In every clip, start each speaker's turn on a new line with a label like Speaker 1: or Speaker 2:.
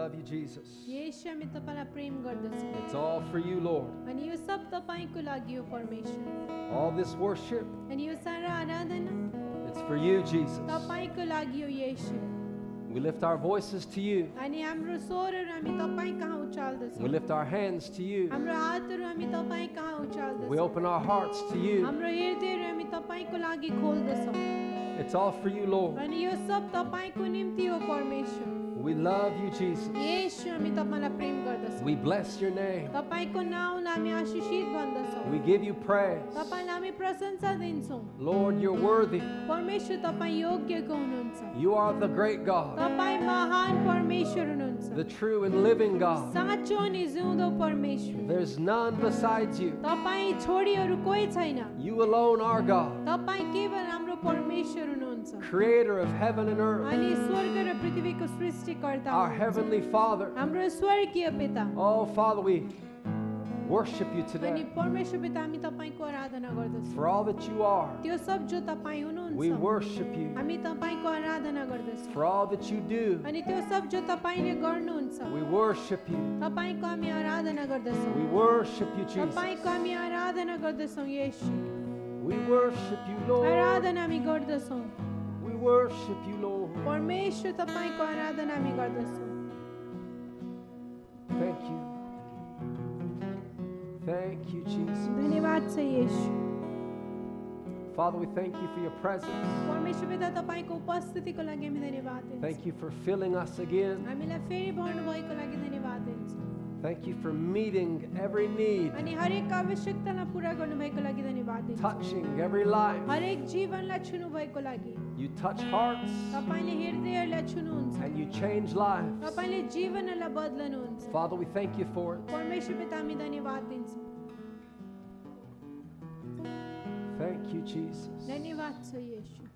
Speaker 1: love you, Jesus.
Speaker 2: यस हामी तपाईँलाई प्रेम गर्दछौँ
Speaker 1: It's all for you, Lord.
Speaker 2: अनि यो सब तपाईँको लागि हो परमेश्वर
Speaker 1: All this worship,
Speaker 2: अनि यो सारा आराधना
Speaker 1: it's for you, Jesus.
Speaker 2: तपाईँको लागि हो Yeshu
Speaker 1: We lift our voices to you.
Speaker 2: अनि हाम्रो स्वरहरू हामी तपाईँ कहाँ
Speaker 1: We
Speaker 2: उचाल्दछौँ
Speaker 1: lift our hands to you.
Speaker 2: हाम्रो हातहरू हामी तपाईँ कहाँ
Speaker 1: We
Speaker 2: उचाल्दछौँ
Speaker 1: open our hearts to you.
Speaker 2: हाम्रो हृदयहरू हामी तपाईँको लागि खोल्दछौँ
Speaker 1: It's all for you, Lord.
Speaker 2: अनि यो सब तपाईँको निम्ति हो परमेश्वर
Speaker 1: We love you, Jesus.
Speaker 2: Yeshu हामी तपाईँलाई प्रेम गर्दछौँ
Speaker 1: We bless your name.
Speaker 2: तपाईँको नाउँलाई हामी आशिषित भन्दछौँ
Speaker 1: We give you praise.
Speaker 2: तपाईँलाई हामी प्रशंसा दिन्छौँ
Speaker 1: Lord, you're worthy.
Speaker 2: परमेश्वर तपाईँ योग्यको हुनुहुन्छ
Speaker 1: You are the great God,
Speaker 2: तपाईँ महान परमेश्वर हुनुहुन्छ
Speaker 1: the true and living God.
Speaker 2: साँचो अनि जिउँदो परमेश्वर
Speaker 1: There's none besides you.
Speaker 2: तपाईँ छोरीहरू कोही छैन
Speaker 1: You alone are God,
Speaker 2: तपाईँ केवल हाम्रो परमेश्वर हुनुहुन्छ
Speaker 1: creator of heaven and earth,
Speaker 2: अनि स्वर्ग र पृथ्वीको सृष्टिकर्ता
Speaker 1: our
Speaker 2: हुनुहुन्छ।
Speaker 1: heavenly Father.
Speaker 2: हाम्रो स्वर्गीय पिता
Speaker 1: Oh, Father, we worship you
Speaker 2: अनि
Speaker 1: today
Speaker 2: परमेश्वर पिता हामी तपाईँको आराधना गर्दछौँ
Speaker 1: for all that you are.
Speaker 2: त्यो सब जो तपाईँ
Speaker 1: We
Speaker 2: हुनुहुन्छ
Speaker 1: worship you
Speaker 2: हामी तपाईँको आराधना गर्दछौँ
Speaker 1: for all that you do.
Speaker 2: अनि त्यो सब जो तपाईँले गर्नुहुन्छ
Speaker 1: We worship you.
Speaker 2: तपाईँको हामी आराधना गर्दछौँ
Speaker 1: We worship you,
Speaker 2: तपाईँको
Speaker 1: Jesus.
Speaker 2: हामी आराधना गर्दछौँ यस
Speaker 1: We worship you, Lord.
Speaker 2: आराधना हामी गर्दछौँ
Speaker 1: We worship you, Lord.
Speaker 2: परमेश्वर तपाईँको आराधना हामी गर्दछौँ
Speaker 1: Thank you. Thank you, Jesus.
Speaker 2: धन्यवाद छ यस
Speaker 1: Father, we thank you for your presence.
Speaker 2: परमेश्वर पिता तपाईँको उपस्थितिको लागि हामी धन्यवाद दिन्छौँ
Speaker 1: Thank you for filling us again.
Speaker 2: हामीलाई फेरि भर्नु भएको लागि धन्यवाद दिन्छौँ
Speaker 1: Thank you for meeting every need,
Speaker 2: अनि हरेक आवश्यकतालाई पुरा गर्नुभएको लागि धन्यवाद दिन्छौँ
Speaker 1: touching every life.
Speaker 2: हरेक जीवनलाई छुनु भएको लागि
Speaker 1: You touch hearts
Speaker 2: तपाईँले हृदयहरूलाई छुनुहुन्छ
Speaker 1: and you change lives.
Speaker 2: तपाईँले जीवनहरूलाई बदल्नुहुन्छ
Speaker 1: Father, we thank you for it.
Speaker 2: परमेश्वर पिता हामी धन्यवाद दिन्छौँ
Speaker 1: Thank you, Jesus.
Speaker 2: धन्यवाद छ यशु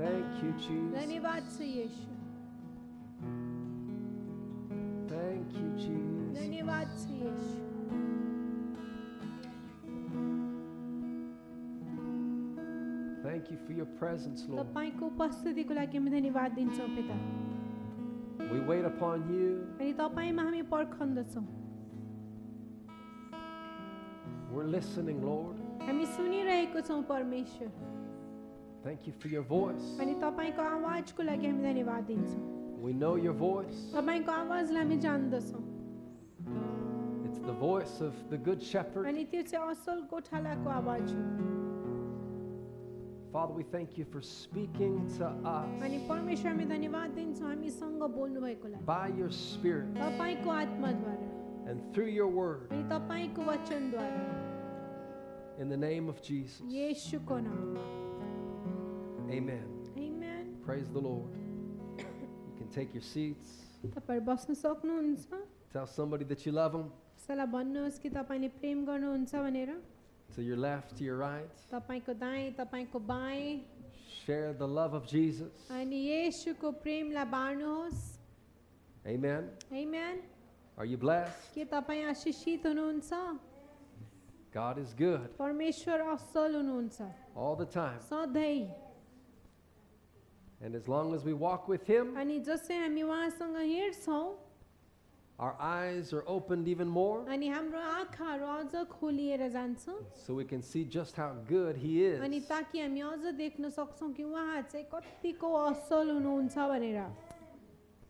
Speaker 1: Thank you, Jesus.
Speaker 2: धन्यवाद छ यशु
Speaker 1: Thank you, Jesus.
Speaker 2: धन्यवाद छ Yeshu
Speaker 1: Thank you for your presence, Lord.
Speaker 2: तपाईँको उपस्थितिको लागि हामी धन्यवाद दिन्छौँ पिता
Speaker 1: We wait upon you.
Speaker 2: अनि तपाईँमा हामी पर्खन्दछौँ
Speaker 1: We're listening, Lord.
Speaker 2: हामी सुनिरहेको छौँ परमेश्वर
Speaker 1: Thank you for your voice.
Speaker 2: अनि तपाईँको आवाजको लागि हामी धन्यवाद दिन्छौँ
Speaker 1: We know your voice.
Speaker 2: तपाईँको आवाजलाई हामी जान्दछौँ
Speaker 1: It's the voice of the Good Shepherd.
Speaker 2: अनि त्यो चाहिँ असल गोठालाको आवाज हो
Speaker 1: Father, we thank you for speaking to
Speaker 2: अनि
Speaker 1: us
Speaker 2: परमेश्वर हामी धन्यवाद दिन्छौँ हामीसँग बोल्नुभएको लागि
Speaker 1: by your Spirit
Speaker 2: तपाईँको आत्माद्वारा
Speaker 1: and through your word
Speaker 2: अनि तपाईँको वचनद्वारा
Speaker 1: in the name of Jesus.
Speaker 2: येशूको नाममा
Speaker 1: Amen.
Speaker 2: Amen.
Speaker 1: Praise the Lord. You can take your seats.
Speaker 2: तपाईँहरू बस्न सक्नुहुन्छ
Speaker 1: Tell somebody that you love them
Speaker 2: कसैलाई भन्नुहोस् कि तपाईँले प्रेम गर्नुहुन्छ भनेर
Speaker 1: to your left, to your right.
Speaker 2: तपाईँको दाएँ तपाईँको बाएँ
Speaker 1: Share the love of Jesus.
Speaker 2: अनि येशूको प्रेमलाई बाँड्नुहोस्
Speaker 1: Amen.
Speaker 2: Amen.
Speaker 1: Are you blessed?
Speaker 2: के तपाईँ आशिषित हुनुहुन्छ
Speaker 1: God is good
Speaker 2: परमेश्वर असल हुनुहुन्छ
Speaker 1: all the time.
Speaker 2: सधैँ
Speaker 1: And as long as we walk with Him,
Speaker 2: अनि जसै हामी उहाँसँग हिँड्छौँ
Speaker 1: our eyes are opened even more
Speaker 2: अनि हाम्रो आँखाहरू अझ खोलिएर जान्छ
Speaker 1: so we can see just how good He is.
Speaker 2: अनि ताकि हामी अझ देख्न सक्छौँ कि उहाँ चाहिँ कतिको असल हुनुहुन्छ भनेर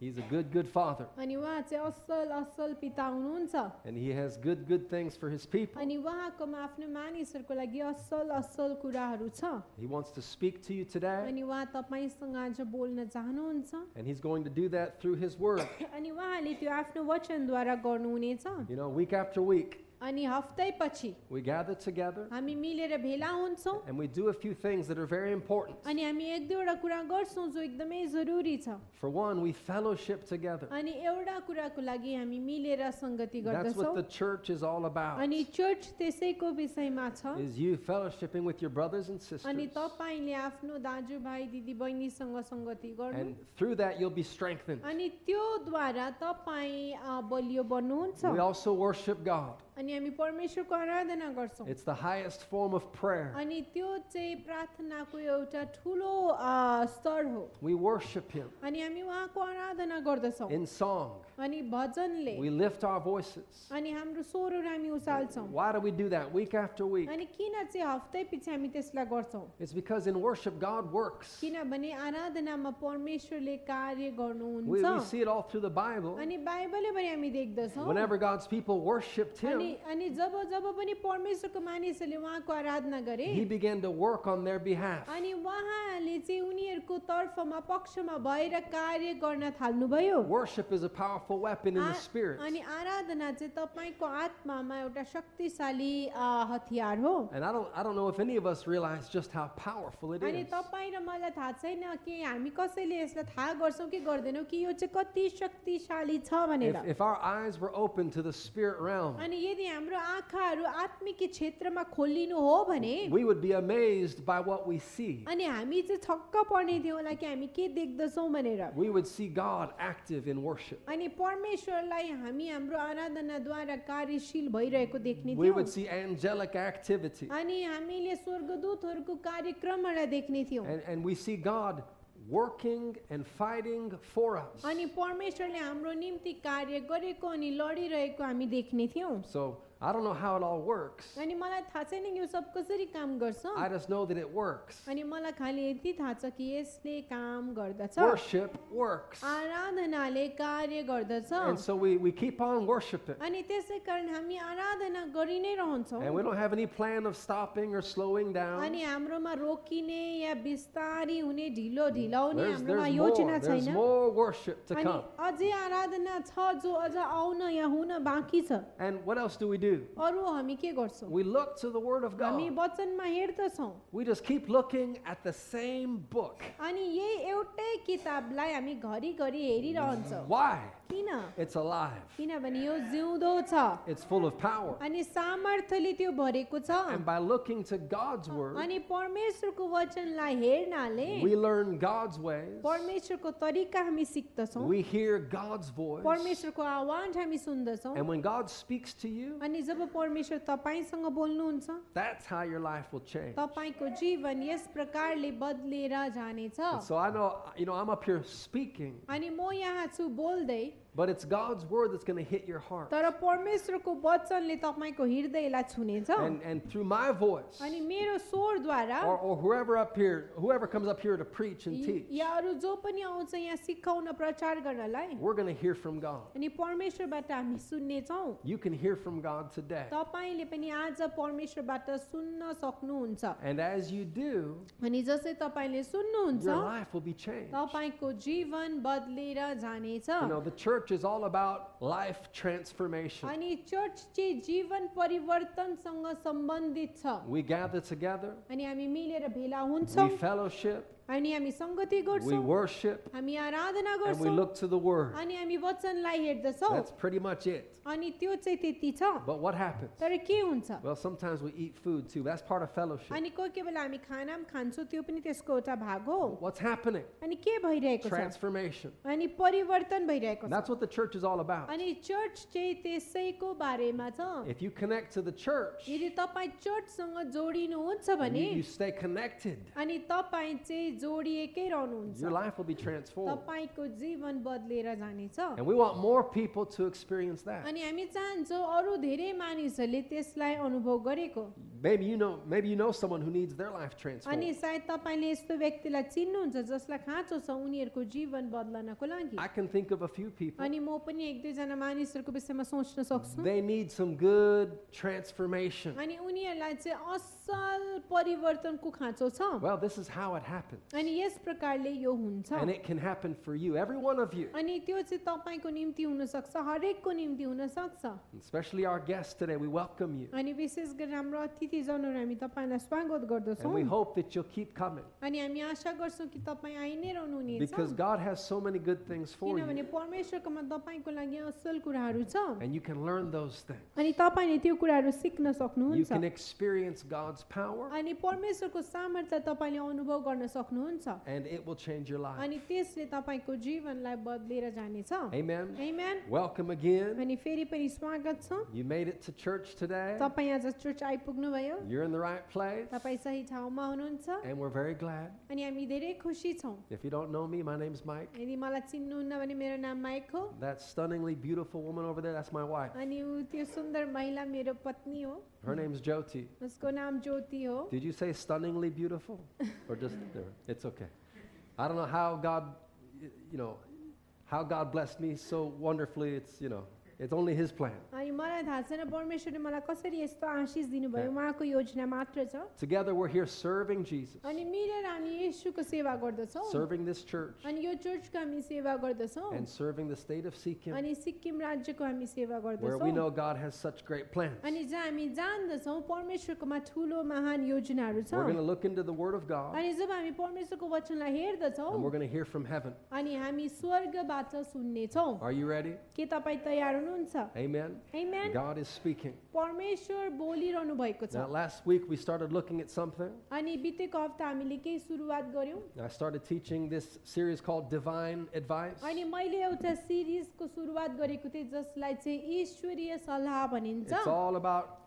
Speaker 1: He's a good, good Father.
Speaker 2: अनि उहाँ चाहिँ असल असल पिता हुनुहुन्छ
Speaker 1: And He has good, good things for His people.
Speaker 2: अनि उहाँकोमा आफ्नो मानिसहरूको लागि असल असल कुराहरू छ
Speaker 1: He wants to speak to you today.
Speaker 2: अनि उहाँ तपाईँसँग आज बोल्न चाहनुहुन्छ
Speaker 1: And He's going to do that through His Word.
Speaker 2: अनि उहाँले त्यो आफ्नो वचनद्वारा गर्नुहुनेछ
Speaker 1: You know, week after week,
Speaker 2: अनि हप्तै पछि
Speaker 1: we gather together
Speaker 2: हामी मिलेर भेला हुन्छौँ
Speaker 1: and we do a few things that are very important.
Speaker 2: अनि हामी एक दुईवटा कुरा गर्छौँ जो एकदमै जरुरी छ
Speaker 1: For one, we fellowship together.
Speaker 2: अनि एउटा कुराको लागि हामी मिलेर सङ्गति
Speaker 1: That's what the
Speaker 2: गर्दछौँ
Speaker 1: church is all about.
Speaker 2: अनि चर्च त्यसैको विषयमा छ
Speaker 1: Is you fellowshipping with your brothers and sisters.
Speaker 2: अनि तपाईँले आफ्नो दाजुभाइ दिदीबहिनीसँग सङ्गति गर्नु
Speaker 1: And through that you'll be strengthened.
Speaker 2: अनि त्योद्वारा तपाईँ अ, बलियो बन्नुहुन्छ
Speaker 1: We also worship God.
Speaker 2: अनि हामी परमेश्वरको आराधना गर्छौँ
Speaker 1: It's the highest form of prayer.
Speaker 2: अनि त्यो चाहिँ प्रार्थनाको एउटा ठुलो अ, स्तर हो
Speaker 1: We worship Him
Speaker 2: अनि हामी उहाँको आराधना गर्दछौँ
Speaker 1: in song.
Speaker 2: अनि भजनले
Speaker 1: We lift our voices.
Speaker 2: अनि हाम्रो स्वरहरू हामी उचाल्छौँ
Speaker 1: Why do we do that week after week?
Speaker 2: अनि किन चाहिँ हप्तै पछि हामी त्यसलाई गर्छौँ
Speaker 1: It's because in worship, God works.
Speaker 2: किनभने आराधनामा परमेश्वरले कार्य
Speaker 1: We, we
Speaker 2: गर्नुहुन्छ
Speaker 1: see it all through the Bible.
Speaker 2: अनि बाइबलले पनि हामी देख्दछौँ
Speaker 1: Whenever God's people worshiped
Speaker 2: अनि
Speaker 1: Him,
Speaker 2: अनि जब जब पनि परमेश्वरको मानिसहरूले उहाँको आराधना गरे
Speaker 1: He began to work on their behalf.
Speaker 2: अनि उहाँले चाहिँ उनीहरूको तर्फमा पक्षमा भएर कार्य गर्न थाल्नुभयो
Speaker 1: Worship is a powerful weapon in the
Speaker 2: uh-
Speaker 1: Spirit.
Speaker 2: अनि आराधना चाहिँ तपाईँको आत्मामा एउटा शक्तिशाली आ, हतियार हो
Speaker 1: And I don't, I don't know if any of us realize just how powerful it
Speaker 2: अनि
Speaker 1: is.
Speaker 2: तपाईँ र मलाई थाहा छैन कि हामी कसैले यसलाई थाहा गर्छौँ कि गर्दैनौँ कि यो चाहिँ कति शक्तिशाली छ
Speaker 1: If,
Speaker 2: भनेर
Speaker 1: if our eyes were open to the spirit realm,
Speaker 2: अनि यदि हाम्रो आँखाहरू आत्मिक क्षेत्रमा खोलिनु हो भने
Speaker 1: we would be amazed by what we see.
Speaker 2: अनि हामी चाहिँ छक्क पर्ने थियौँ होला कि हामी के देख्दछौँ भनेर
Speaker 1: We would see God active in worship.
Speaker 2: अनि परमेश्वरलाई हामी हाम्रो आराधनाद्वारा कार्यशील भइरहेको देख्ने
Speaker 1: We
Speaker 2: थियौँ
Speaker 1: would see angelic activity.
Speaker 2: अनि हामीले स्वर्गदूतहरूको कार्यक्रमहरूलाई देख्ने थियौँ
Speaker 1: And, and we see God working and fighting for us.
Speaker 2: अनि परमेश्वरले हाम्रो निम्ति कार्य गरेको अनि लडिरहेको हामी देख्ने थियौँ
Speaker 1: So I don't know how it all works.
Speaker 2: अनि मलाई थाहा छैन यो सब कसरी काम गर्छ
Speaker 1: I just know that it works.
Speaker 2: अनि मलाई खालि यति थाहा छ कि यसले काम गर्दछ
Speaker 1: Worship works.
Speaker 2: आराधनाले कार्य गर्दछ
Speaker 1: And so we, we keep on worshiping.
Speaker 2: अनि त्यसै कारण हामी आराधना गरि नै रहन्छौँ
Speaker 1: And we don't have any plan of stopping or slowing down.
Speaker 2: अनि हाम्रोमा रोकिने या बिस्तारी हुने ढिलो ढिलाउने
Speaker 1: There's,
Speaker 2: हाम्रोमा
Speaker 1: there's,
Speaker 2: योजना
Speaker 1: more, there's
Speaker 2: छैन
Speaker 1: more worship to
Speaker 2: अनि
Speaker 1: come.
Speaker 2: अझै आराधना छ जो अझ आउन या हुन बाँकी छ
Speaker 1: And what else do we do?
Speaker 2: अरू हामी के गर्छौँ
Speaker 1: We look to the Word of
Speaker 2: हामी
Speaker 1: God.
Speaker 2: वचनमा हेर्दछौँ
Speaker 1: We just keep looking at the same book.
Speaker 2: अनि यही एउटै किताबलाई हामी घरिघरि हेरिरहन्छौँ
Speaker 1: Why?
Speaker 2: किन
Speaker 1: It's alive,
Speaker 2: किनभने यो जिउँदो छ
Speaker 1: it's full of power.
Speaker 2: अनि सामर्थ्यले त्यो भरेको छ
Speaker 1: And by looking to God's Word,
Speaker 2: अनि परमेश्वरको वचनलाई हेर्नाले
Speaker 1: we learn God's ways,
Speaker 2: परमेश्वरको तरिका हामी सिक्दछौँ
Speaker 1: we hear God's voice.
Speaker 2: परमेश्वरको आह्वान हामी सुन्दछौँ
Speaker 1: And when God speaks to you,
Speaker 2: अनि जब परमेश्वर तपाईँसँग बोल्नुहुन्छ
Speaker 1: that's how your life will change.
Speaker 2: तपाईँको जीवन यस प्रकारले बदलेर जानेछ
Speaker 1: And so I know, you know, I'm up here speaking,
Speaker 2: अनि म यहाँ छु बोल्दै
Speaker 1: but it's God's Word that's going to hit your heart.
Speaker 2: तर परमेश्वरको वचनले तपाईँको हृदयलाई छुनेछ
Speaker 1: And, Oh, and through my voice,
Speaker 2: अनि मेरो स्वरद्वारा
Speaker 1: or, or whoever up here, whoever comes up here to preach and
Speaker 2: य-
Speaker 1: teach,
Speaker 2: या अरू जो पनि आउँछ यहाँ सिकाउन प्रचार गर्नलाई
Speaker 1: we're going to hear from God.
Speaker 2: अनि परमेश्वरबाट हामी सुन्नेछौँ
Speaker 1: You can hear from God today.
Speaker 2: तपाईँले पनि आज परमेश्वरबाट सुन्न सक्नुहुन्छ
Speaker 1: And as you do,
Speaker 2: अनि जसै तपाईँले
Speaker 1: your
Speaker 2: सुन्नुहुन्छ
Speaker 1: life will be changed.
Speaker 2: तपाईँको जीवन बदलेर जानेछ
Speaker 1: You know, the church is all about life transformation.
Speaker 2: अनि चर्च चाहिँ जीवन परिवर्तनसँग सम्बन्धित छ
Speaker 1: We gather together,
Speaker 2: अनि हामी मिलेर भेला हुन्छौँ
Speaker 1: we fellowship,
Speaker 2: अनि हामी सङ्गति
Speaker 1: we
Speaker 2: गर्छौँ
Speaker 1: worship,
Speaker 2: हामी आराधना
Speaker 1: and we
Speaker 2: गर्छौँ
Speaker 1: look to the Word.
Speaker 2: अनि हामी वचनलाई हेर्दछौँ
Speaker 1: That's pretty much it.
Speaker 2: अनि त्यो चाहिँ त्यति छ
Speaker 1: But what happens?
Speaker 2: तर के हुन्छ
Speaker 1: Well, sometimes we eat food too. That's part of fellowship.
Speaker 2: अनि कोही कोही बेला हामी खाना पनि खान्छौँ त्यो पनि त्यसको एउटा भाग हो
Speaker 1: What's happening?
Speaker 2: अनि के भइरहेको छ
Speaker 1: Transformation.
Speaker 2: अनि परिवर्तन भइरहेको छ
Speaker 1: That's what the church is all about.
Speaker 2: अनि चर्च चाहिँ त्यसैको बारेमा छ
Speaker 1: If you connect to the church, you,
Speaker 2: यदि तपाईँ चर्चसँग जोडिनुहुन्छ भने
Speaker 1: you stay connected.
Speaker 2: अनि तपाईँ चाहिँ जोडिएकै रहनुहुन्छ
Speaker 1: Your life will be transformed.
Speaker 2: तपाईँको जीवन बदलेर जानेछ
Speaker 1: And we want more people to experience that.
Speaker 2: अनि हामी चाहन्छौँ अरू धेरै मानिसहरूले त्यसलाई अनुभव गरेको
Speaker 1: Maybe you know maybe you know someone who needs their life
Speaker 2: अनि
Speaker 1: transformed.
Speaker 2: सायद तपाईँले यस्तो व्यक्तिलाई चिन्नुहुन्छ जसलाई खाँचो छ उनीहरूको जीवन बदलनको लागि
Speaker 1: I can think of a few people.
Speaker 2: अनि म पनि एक दुईजना मानिसहरूको विषयमा सोच्न सक्छु
Speaker 1: They need some good transformation.
Speaker 2: अनि उनीहरूलाई चाहिँ असल परिवर्तनको खाँचो छ
Speaker 1: Well, this is how it happens.
Speaker 2: अनि यस प्रकारले यो हुन्छ
Speaker 1: And it can happen for you, every one of you.
Speaker 2: अनि त्यो चाहिँ तपाईँको निम्ति हुनसक्छ हरेकको निम्ति हुनसक्छ
Speaker 1: Especially our guests today. We welcome you.
Speaker 2: अनि विशेष गरेर हाम्रो अतिथिजनहरू हामी तपाईँलाई स्वागत
Speaker 1: And we
Speaker 2: गर्दछौँ
Speaker 1: hope that you'll keep coming.
Speaker 2: अनि हामी आशा गर्छौँ कि तपाईँ आइ नै रहनुहुनेछ
Speaker 1: Because God has so many good things for
Speaker 2: किनभने
Speaker 1: you.
Speaker 2: परमेश्वरकोमा तपाईँको लागि असल कुराहरू छ
Speaker 1: And you can learn those things.
Speaker 2: अनि तपाईँले त्यो कुराहरू सिक्न
Speaker 1: You
Speaker 2: सक्नुहुन्छ
Speaker 1: can experience God's power.
Speaker 2: अनि परमेश्वरको सामर्थ्य तपाईँले अनुभव गर्न सक्नुहुन्छ
Speaker 1: and it will change your life.
Speaker 2: अनि त्यसले तपाईँको जीवनलाई बदलेर जानेछ
Speaker 1: Amen.
Speaker 2: Amen.
Speaker 1: Welcome again.
Speaker 2: अनि फेरि पनि स्वागत छ
Speaker 1: You made it to church today.
Speaker 2: तपाईँ आज चर्च आइपुग्नुभयो
Speaker 1: You're in the right place.
Speaker 2: तपाईँ सही ठाउँमा हुनुहुन्छ
Speaker 1: And we're very glad.
Speaker 2: अनि हामी धेरै खुसी छौँ
Speaker 1: If you don't know me, my name's Mike.
Speaker 2: यदि मलाई चिन्नुहुन्न भने मेरो नाम माइक हो
Speaker 1: That stunningly beautiful woman over there, that's my wife.
Speaker 2: अनि ऊ त्यो सुन्दर महिला मेरो पत्नी हो
Speaker 1: Her name's Jyoti.
Speaker 2: उसको नाम ज्योति हो
Speaker 1: Did you say stunningly beautiful? Or just there? It's okay. I don't know how God, y- you know, how God blessed me so wonderfully. It's, you know, it's only His plan.
Speaker 2: अनि मलाई थाहा छैन परमेश्वरले मलाई कसरी यस्तो आशिष दिनुभयो उहाँको योजना मात्र छ
Speaker 1: Together we're here serving Jesus,
Speaker 2: अनि मिलेर हामी यीशुको सेवा गर्दछौँ
Speaker 1: serving this church,
Speaker 2: अनि यो चर्चको हामी सेवा गर्दछौँ
Speaker 1: and serving the state of Sikkim,
Speaker 2: अनि सिक्किम राज्यको हामी सेवा
Speaker 1: where we know
Speaker 2: गर्दछौँ
Speaker 1: God has such great plans.
Speaker 2: अनि जहाँ हामी जान्दछौँ परमेश्वरकोमा ठुलो महान योजनाहरू छ
Speaker 1: We're going to look into the Word of God,
Speaker 2: अनि जब हामी परमेश्वरको वचनलाई हेर्दछौँ
Speaker 1: and we're going to hear from heaven.
Speaker 2: अनि हामी स्वर्गबाट सुन्नेछौँ
Speaker 1: Are you ready?
Speaker 2: के तपाईँ तयार हुनुहुन्छ
Speaker 1: Amen.
Speaker 2: Amen.
Speaker 1: God is speaking.
Speaker 2: परमेश्वर बोलिरहनु भएको
Speaker 1: Now,
Speaker 2: छ
Speaker 1: last week we started looking at something.
Speaker 2: अनि बितेको हप्ता हामीले केही सुरुवात गऱ्यौँ
Speaker 1: I started teaching this series called Divine Advice.
Speaker 2: अनि मैले एउटा सिरिजको सुरुवात गरेको थिएँ जसलाई चाहिँ ईश्वरीय सल्लाह भनिन्छ
Speaker 1: It's all about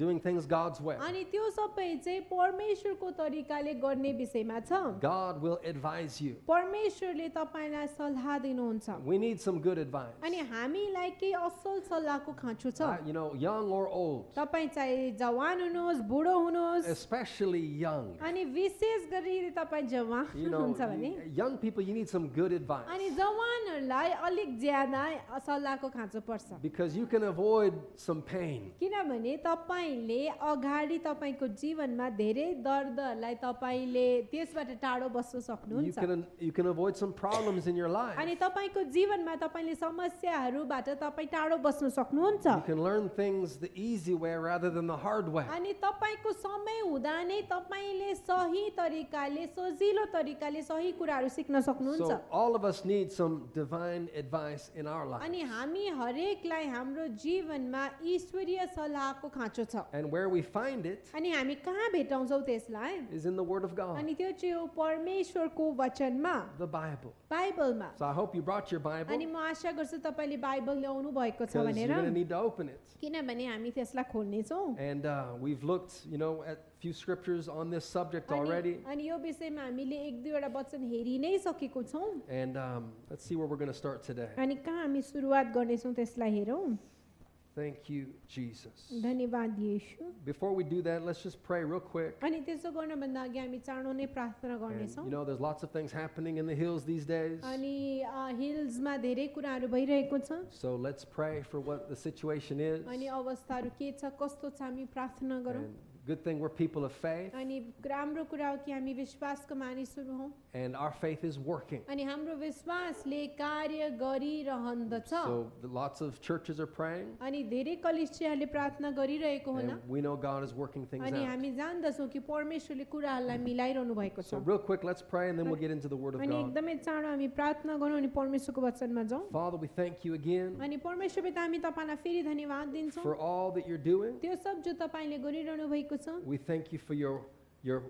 Speaker 1: doing things God's way.
Speaker 2: अनि त्यो सबै चाहिँ परमेश्वरको तरिकाले गर्ने विषयमा छ
Speaker 1: God will advise you.
Speaker 2: परमेश्वरले तपाईँलाई सल्लाह दिनुहुन्छ
Speaker 1: We need some good advice.
Speaker 2: अनि हामीलाई केही असल सल्लाहको खाँचो छ
Speaker 1: Uh, you know, young or old,
Speaker 2: तपाईँ चाहे जवान हुनुहोस् बुढो हुनुहोस्
Speaker 1: especially young.
Speaker 2: अनि विशेष गरी यदि तपाईँ जवान
Speaker 1: You know,
Speaker 2: हुनुहुन्छ भने
Speaker 1: y- young people, you need some good advice
Speaker 2: अनि जवानहरूलाई अलिक ज्यादा सल्लाहको खाँचो पर्छ
Speaker 1: because you can avoid some pain.
Speaker 2: किनभने तपाईँले अगाडि तपाईँको जीवनमा धेरै दर्दहरूलाई तपाईँले त्यसबाट टाढो बस्न
Speaker 1: You
Speaker 2: सक्नुहुन्छ
Speaker 1: can you can avoid some problems in your
Speaker 2: अनि
Speaker 1: life.
Speaker 2: तपाईँको जीवनमा तपाईँले समस्याहरूबाट तपाईँ टाढो बस्न सक्नुहुन्छ
Speaker 1: You can learn things the easy way rather than the hard way.
Speaker 2: अनि तपाईँको समय हुँदा नै तपाईँले सही तरिकाले सजिलो तरिकाले सही कुराहरू सिक्न सक्नुहुन्छ
Speaker 1: So all of us need some divine advice in our life.
Speaker 2: अनि हामी हरेकलाई हाम्रो जीवनमा ईश्वरीय सल्लाहको खाँचो छ
Speaker 1: And where we find it
Speaker 2: अनि हामी कहाँ भेटाउँछौँ त्यसलाई
Speaker 1: is in the Word of God,
Speaker 2: अनि त्यो चाहिँ हो परमेश्वरको वचनमा
Speaker 1: the Bible.
Speaker 2: बाइबलमा
Speaker 1: So I hope you brought your
Speaker 2: अनि
Speaker 1: Bible
Speaker 2: म आशा गर्छु तपाईँले बाइबल ल्याउनु भएको
Speaker 1: because
Speaker 2: छ
Speaker 1: you're
Speaker 2: भनेर
Speaker 1: going to need to open it.
Speaker 2: किनभने हामी त्यसलाई खोल्नेछौँ
Speaker 1: And uh, we've looked, you know, at a few scriptures on this subject already.
Speaker 2: अनि अनि यो विषयमा हामीले एक दुईवटा वचन हेरि नै सकेको छौँ
Speaker 1: And um, let's see where we're going to start today.
Speaker 2: अनि कहाँ हामी सुरुवात गर्नेछौँ त्यसलाई हेरौँ
Speaker 1: Thank you, Jesus.
Speaker 2: धन्यवाद यीशु
Speaker 1: Before we do that, let's just pray real quick.
Speaker 2: अनि त्यसो गर्नभन्दा अघि हामी चाँडो नै प्रार्थना
Speaker 1: And,
Speaker 2: गर्नेछौँ
Speaker 1: you know, there's lots of things happening in the hills these days.
Speaker 2: अनि अ, हिल्समा धेरै कुराहरू भइरहेको छ
Speaker 1: So let's pray for what the situation is.
Speaker 2: अनि अवस्थाहरू के छ कस्तो छ हामी प्रार्थना गरौँ
Speaker 1: And good thing we're people of faith,
Speaker 2: अनि राम्रो कुरा हो कि हामी विश्वासको मानिसहरू हौँ
Speaker 1: and our faith is working.
Speaker 2: अनि हाम्रो विश्वासले कार्य गरिरहँदछ
Speaker 1: So the- lots of churches are praying,
Speaker 2: अनि धेरै कलिसियाहरूले प्रार्थना गरिरहेको होला
Speaker 1: and we know God is working things
Speaker 2: अनि
Speaker 1: out.
Speaker 2: हामी जान्दछौँ कि परमेश्वरले कुराहरूलाई मिलाइरहनु भएको छ
Speaker 1: So real quick, let's pray, and then we'll get into the Word of
Speaker 2: अनि
Speaker 1: God.
Speaker 2: एकदमै चाँडो हामी प्रार्थना गरौँ अनि परमेश्वरको वचनमा जाउँ
Speaker 1: Father, we thank you again
Speaker 2: अनि परमेश्वर पिता हामी तपाईँलाई फेरि धन्यवाद दिन्छौँ
Speaker 1: for all that you're doing.
Speaker 2: त्यो सब जो तपाईँले गरिरहनु भएको छ
Speaker 1: We thank you for your your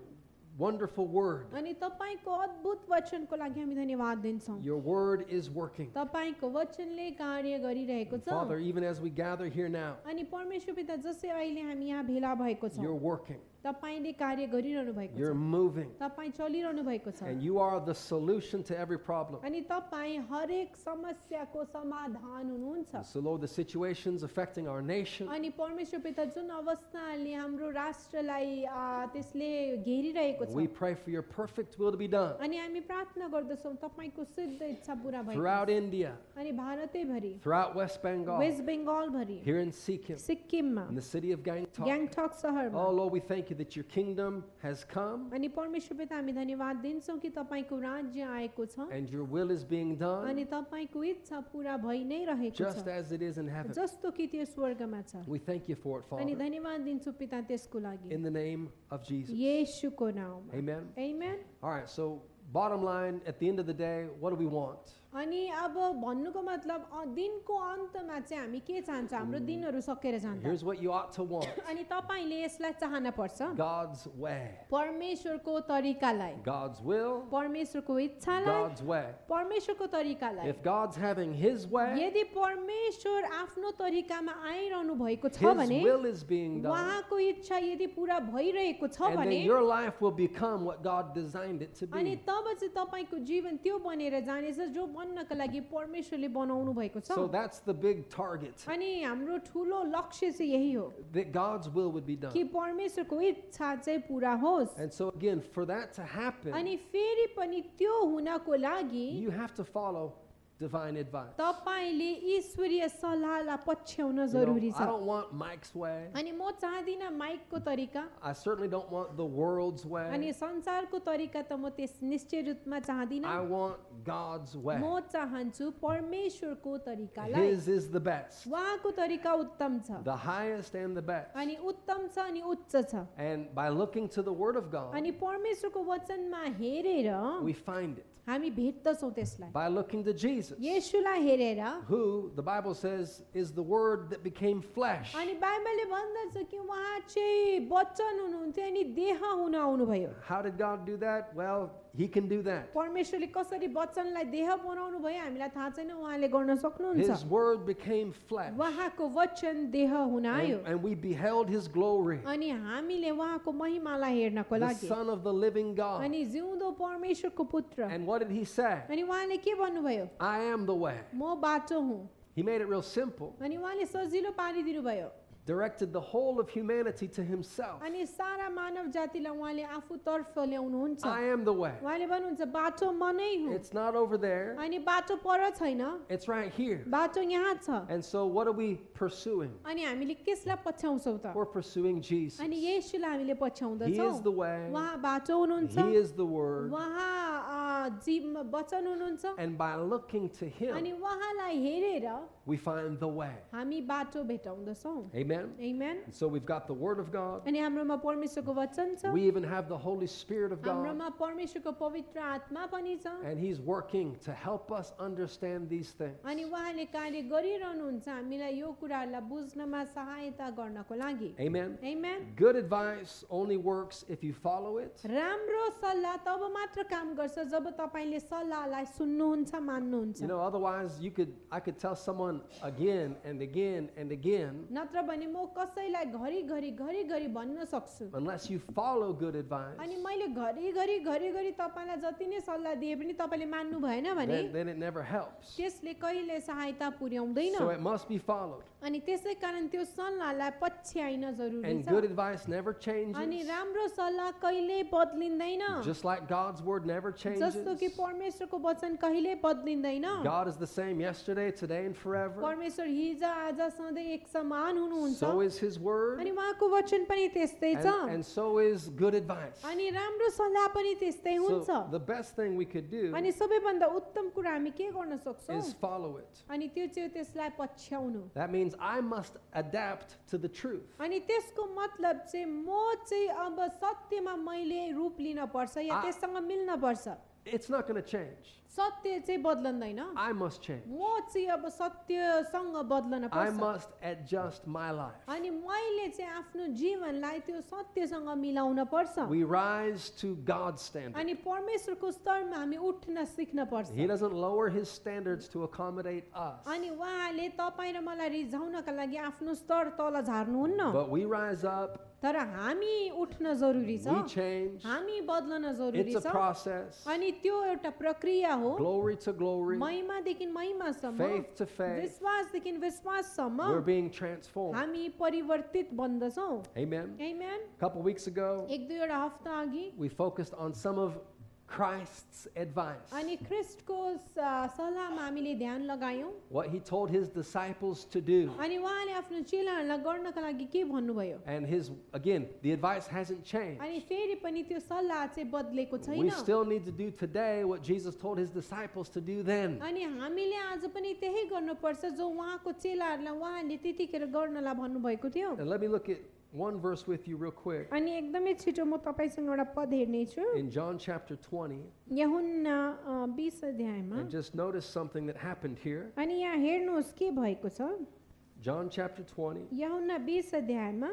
Speaker 1: wonderful word.
Speaker 2: अनि तपाईँको अद्भुत वचनको लागि हामी धन्यवाद दिन्छौँ
Speaker 1: Your word is working.
Speaker 2: तपाईँको वचनले कार्य गरिरहेको छ
Speaker 1: Father, even as we gather here now,
Speaker 2: अनि परमेश्वर पिता जसै अहिले हामी यहाँ भेला भएको
Speaker 1: you're
Speaker 2: छौँ
Speaker 1: working.
Speaker 2: तपाईँले कार्य गरिरहनु भएको छ
Speaker 1: You're moving.
Speaker 2: तपाईँ चलिरहनु भएको छ
Speaker 1: And you are the solution to every problem.
Speaker 2: अनि तपाईँ हरेक समस्याको समाधान हुनुहुन्छ
Speaker 1: So Lord, the situations affecting our nation,
Speaker 2: अनि परमेश्वर पिता जुन अवस्थाले हाम्रो राष्ट्रलाई आ, त्यसले घेरिरहेको
Speaker 1: we
Speaker 2: छ
Speaker 1: pray for your perfect will to be done
Speaker 2: अनि हामी प्रार्थना गर्दछौँ तपाईँको सिद्ध इच्छा पुरा भएको
Speaker 1: throughout India,
Speaker 2: अनि भारतैभरि
Speaker 1: throughout West Bengal,
Speaker 2: वेस्ट बेङ्गालभरि
Speaker 1: here in सिक्किम,
Speaker 2: सिक्किममा
Speaker 1: in the city of Gangtok.
Speaker 2: ग्याङटक सहरमा
Speaker 1: Oh Lord, we thank you that your kingdom has come
Speaker 2: अनि परमेश्वर पिता हामी धन्यवाद दिन्छौँ कि तपाईँको राज्य आएको छ
Speaker 1: and your will is being done
Speaker 2: अनि तपाईँको इच्छा पुरा भई नै रहेको
Speaker 1: just
Speaker 2: छ
Speaker 1: as it is in heaven.
Speaker 2: जस्तो कि त्यो स्वर्गमा छ
Speaker 1: We thank you for it, Father.
Speaker 2: अनि धन्यवाद दिन्छु पिता त्यसको लागि
Speaker 1: in the name of Jesus.
Speaker 2: येशूको नाउँमा
Speaker 1: Amen.
Speaker 2: Amen.
Speaker 1: All right, so bottom line, at the end of the day, what do we want?
Speaker 2: अनि अब भन्नुको मतलब अ, दिनको अन्तमा चाहिँ हामी के चाहन्छ हाम्रो दिनहरू सकेर जान्छ
Speaker 1: Hmm. Here's what you ought to want
Speaker 2: अनि तपाईँले यसलाई चाहन पर्छ
Speaker 1: God's way,
Speaker 2: परमेश्वरको तरिकालाई
Speaker 1: God's will,
Speaker 2: परमेश्वरको इच्छालाई
Speaker 1: God's way.
Speaker 2: परमेश्वरको तरिकालाई
Speaker 1: If God's having His way,
Speaker 2: यदि परमेश्वर आफ्नो तरिकामा आइरहनु भएको
Speaker 1: His
Speaker 2: छ भने
Speaker 1: will is being done,
Speaker 2: उहाँको इच्छा यदि पुरा भइरहेको छ
Speaker 1: and
Speaker 2: भने
Speaker 1: then your life will become what God designed it to
Speaker 2: अनि
Speaker 1: be.
Speaker 2: तब चाहिँ तपाईँको जीवन त्यो बनेर जानेछ जो बन्नका लागि परमेश्वरले बनाउनु भएको छ
Speaker 1: So that's the big target
Speaker 2: अनि हाम्रो ठुलो लक्ष्य चाहिँ यही हो
Speaker 1: that God's will would be
Speaker 2: कि
Speaker 1: done.
Speaker 2: परमेश्वरको इच्छा चाहिँ पुरा होस्
Speaker 1: And so, again, for that to happen,
Speaker 2: अनि फेरि पनि त्यो हुनको लागि
Speaker 1: you have to follow divine advice.
Speaker 2: तपाईँले ईश्वरीय सल्लाहलाई पछ्याउन
Speaker 1: You know,
Speaker 2: जरुरी छ
Speaker 1: I don't want Mike's way.
Speaker 2: अनि म चाहदिनँ माइकको तरिका
Speaker 1: I certainly don't want the world's
Speaker 2: अनि
Speaker 1: way.
Speaker 2: संसारको तरिका त म त्यस निश्चय रूपमा
Speaker 1: I
Speaker 2: चाहदिनँ
Speaker 1: want God's way.
Speaker 2: म चाहन्छु परमेश्वरको तरिकालाई
Speaker 1: His is the best,
Speaker 2: उहाँको तरिका उत्तम छ
Speaker 1: the highest and the best.
Speaker 2: अनि उत्तम छ अनि उच्च छ
Speaker 1: And by looking to the Word of God,
Speaker 2: अनि परमेश्वरको वचनमा हेरेर
Speaker 1: we find it.
Speaker 2: हामी भेट्दछौँ त्यसलाई
Speaker 1: By looking to Jesus,
Speaker 2: येशूलाई हेरेर
Speaker 1: who the Bible says is the Word that became flesh.
Speaker 2: अनि बाइबलले भन्दछ कि उहाँ चाहिँ वचन हुनुहुन्थ्यो अनि देह हुन आउनुभयो
Speaker 1: How did God do that? Well, He can do that.
Speaker 2: परमेश्वरले कसरी वचनलाई देह बनाउनु भयो हामीलाई थाहा छैन उहाँले गर्न सक्नुहुन्छ
Speaker 1: His Word became flesh.
Speaker 2: उहाँको वचन देह हुन आयो
Speaker 1: And, and we beheld His glory,
Speaker 2: अनि हामीले उहाँको महिमालाई हेर्नको
Speaker 1: the
Speaker 2: लागि
Speaker 1: Son of the living God.
Speaker 2: अनि जिउँदो परमेश्वरको पुत्र
Speaker 1: And what did He say?
Speaker 2: अनि उहाँले के भन्नुभयो
Speaker 1: I am the way.
Speaker 2: म बाटो हुँ
Speaker 1: He made it real simple.
Speaker 2: अनि उहाँले सजिलो पारिदिनु भयो
Speaker 1: Directed the whole of humanity to Himself.
Speaker 2: अनि सारा मानव जातिलाई उहाँले आफूतर्फ ल्याउनुहुन्छ
Speaker 1: I am the way.
Speaker 2: उहाँले भन्नुहुन्छ बाटो म नै हुँ
Speaker 1: It's not over there.
Speaker 2: अनि बाटो पर छैन
Speaker 1: It's right here.
Speaker 2: बाटो यहाँ छ
Speaker 1: And so, what are we pursuing?
Speaker 2: अनि हामीले कसलाई पछ्याउँछौँ त
Speaker 1: We're pursuing Jesus.
Speaker 2: अनि यशुलाई हामीले
Speaker 1: He
Speaker 2: पछ्याउँदछौँ
Speaker 1: is the way.
Speaker 2: उहाँ बाटो हुनुहुन्छ
Speaker 1: He is the Word.
Speaker 2: उहाँ अ, जीव वचन हुनुहुन्छ
Speaker 1: And by looking to
Speaker 2: अनि
Speaker 1: Him,
Speaker 2: उहाँलाई हेरेर
Speaker 1: we find the way.
Speaker 2: हामी बाटो भेटाउँदछौँ
Speaker 1: Amen.
Speaker 2: Amen?
Speaker 1: And so, we've got the Word of God.
Speaker 2: अनि हाम्रोमा परमेश्वरको वचन छ
Speaker 1: We even have the Holy Spirit of God.
Speaker 2: हाम्रोमा परमेश्वरको पवित्र आत्मा पनि छ
Speaker 1: And He's working to help us understand these things.
Speaker 2: अनि उहाँले कार्य गरिरहनुहुन्छ हामीलाई यो कुराहरूलाई बुझ्नमा सहायता गर्नको लागि
Speaker 1: Amen.
Speaker 2: Amen?
Speaker 1: Good advice only works if you follow it.
Speaker 2: राम्रो सल्लाह तब मात्र काम गर्छ जब तपाईँले सल्लाहलाई सुन्नुहुन्छ मान्नुहुन्छ
Speaker 1: You know, otherwise you could I could tell someone again and again and again
Speaker 2: नत्र भने म कसैलाई घरिघरि घरिघरि भन्न सक्छु
Speaker 1: unless you follow good advice.
Speaker 2: अनि मैले घरिघरि घरिघरि तपाईँलाई जति नै सल्लाह दिए पनि तपाईँले मान्नु भएन भने
Speaker 1: Then, then it never helps.
Speaker 2: त्यसले कहिले सहायता पुर्याउँदैन
Speaker 1: So it must be followed.
Speaker 2: अनि त्यसै कारण त्यो सल्लाहलाई पछ्याइन जरुरी
Speaker 1: And good
Speaker 2: छ
Speaker 1: advice never
Speaker 2: अनि
Speaker 1: changes.
Speaker 2: राम्रो सल्लाह कहिले बदलिँदैन
Speaker 1: Just like God's word never
Speaker 2: जस्तो कि
Speaker 1: changes.
Speaker 2: परमेश्वरको वचन कहिले बदलिँदैन
Speaker 1: God is the same yesterday, today, and forever.
Speaker 2: परमेश्वर हिज आज सधैँ एक समान हुनुहुन्छ
Speaker 1: So is his
Speaker 2: अनि
Speaker 1: word.
Speaker 2: उहाँको वचन पनि त्यस्तै
Speaker 1: And,
Speaker 2: छ
Speaker 1: and so is good advice.
Speaker 2: अनि राम्रो सल्लाह पनि त्यस्तै हुन्छ
Speaker 1: So the best thing we could do
Speaker 2: अनि सबैभन्दा उत्तम कुरा हामी के गर्न सक्छौँ
Speaker 1: is follow it.
Speaker 2: अनि त्यो चाहिँ त्यसलाई पछ्याउनु
Speaker 1: That means I must adapt to the truth.
Speaker 2: अनि त्यसको मतलब चाहिँ म चाहिँ अब सत्यमा मैले रूप लिन पर्छ या
Speaker 1: आ-
Speaker 2: त्यससँग मिल्न पर्छ
Speaker 1: It's not going to change.
Speaker 2: सत्य चाहिँ बदलँदैन
Speaker 1: I must change.
Speaker 2: म चाहिँ अब सत्यसँग बदलन
Speaker 1: I
Speaker 2: पर्छ
Speaker 1: must adjust my life.
Speaker 2: अनि मैले चाहिँ आफ्नो जीवनलाई त्यो सत्यसँग मिलाउन पर्छ
Speaker 1: We rise to God's standard.
Speaker 2: अनि परमेश्वरको स्तरमा हामी उठ्न सिक्न पर्छ
Speaker 1: He doesn't lower his standards to accommodate us.
Speaker 2: अनि उहाँले तपाईँ र मलाई रिझाउनका लागि आफ्नो स्तर तल झार्नुहुन्न
Speaker 1: But we rise up,
Speaker 2: तर हामी उठ्न जरुरी छ
Speaker 1: we change.
Speaker 2: हामी बदलन जरुरी
Speaker 1: It's a
Speaker 2: छ
Speaker 1: process.
Speaker 2: अनि त्यो एउटा प्रक्रिया हो
Speaker 1: Glory to glory,
Speaker 2: महिमादेखि महिमासम्म
Speaker 1: faith to faith.
Speaker 2: विश्वासदेखि विश्वाससम्म
Speaker 1: We're being transformed.
Speaker 2: हामी परिवर्तित बन्दछौँ
Speaker 1: Amen.
Speaker 2: Amen?
Speaker 1: A couple weeks ago,
Speaker 2: एक दुईवटा हप्ता अघि
Speaker 1: we focused on some of Christ's advice,
Speaker 2: अनि ख्रिस्टको स- सल्लाहमा हामीले ध्यान लगायौँ
Speaker 1: what he told his disciples to do.
Speaker 2: अनि उहाँले आफ्नो चेलाहरूलाई गर्नका लागि के भन्नुभयो
Speaker 1: And his, again, the advice hasn't changed.
Speaker 2: अनि फेरि पनि त्यो सल्लाह चाहिँ बदलेको
Speaker 1: We
Speaker 2: छैन
Speaker 1: still need to do today what Jesus told his disciples to do then.
Speaker 2: अनि हामीले आज पनि त्यही गर्नुपर्छ जो उहाँको चेलाहरूलाई उहाँले त्यतिखेर गर्नलाई भन्नुभएको थियो
Speaker 1: And let me look at one verse with you, real quick.
Speaker 2: अनि एकदमै छिटो म तपाईँसँग एउटा पद हेर्ने छु
Speaker 1: In John chapter 20,
Speaker 2: यहुन्ना बिस अध्यायमा
Speaker 1: and just notice something that happened here.
Speaker 2: अनि यहाँ हेर्नुहोस् के भएको छ
Speaker 1: John chapter 20,
Speaker 2: यहुन्ना बिस अध्यायमा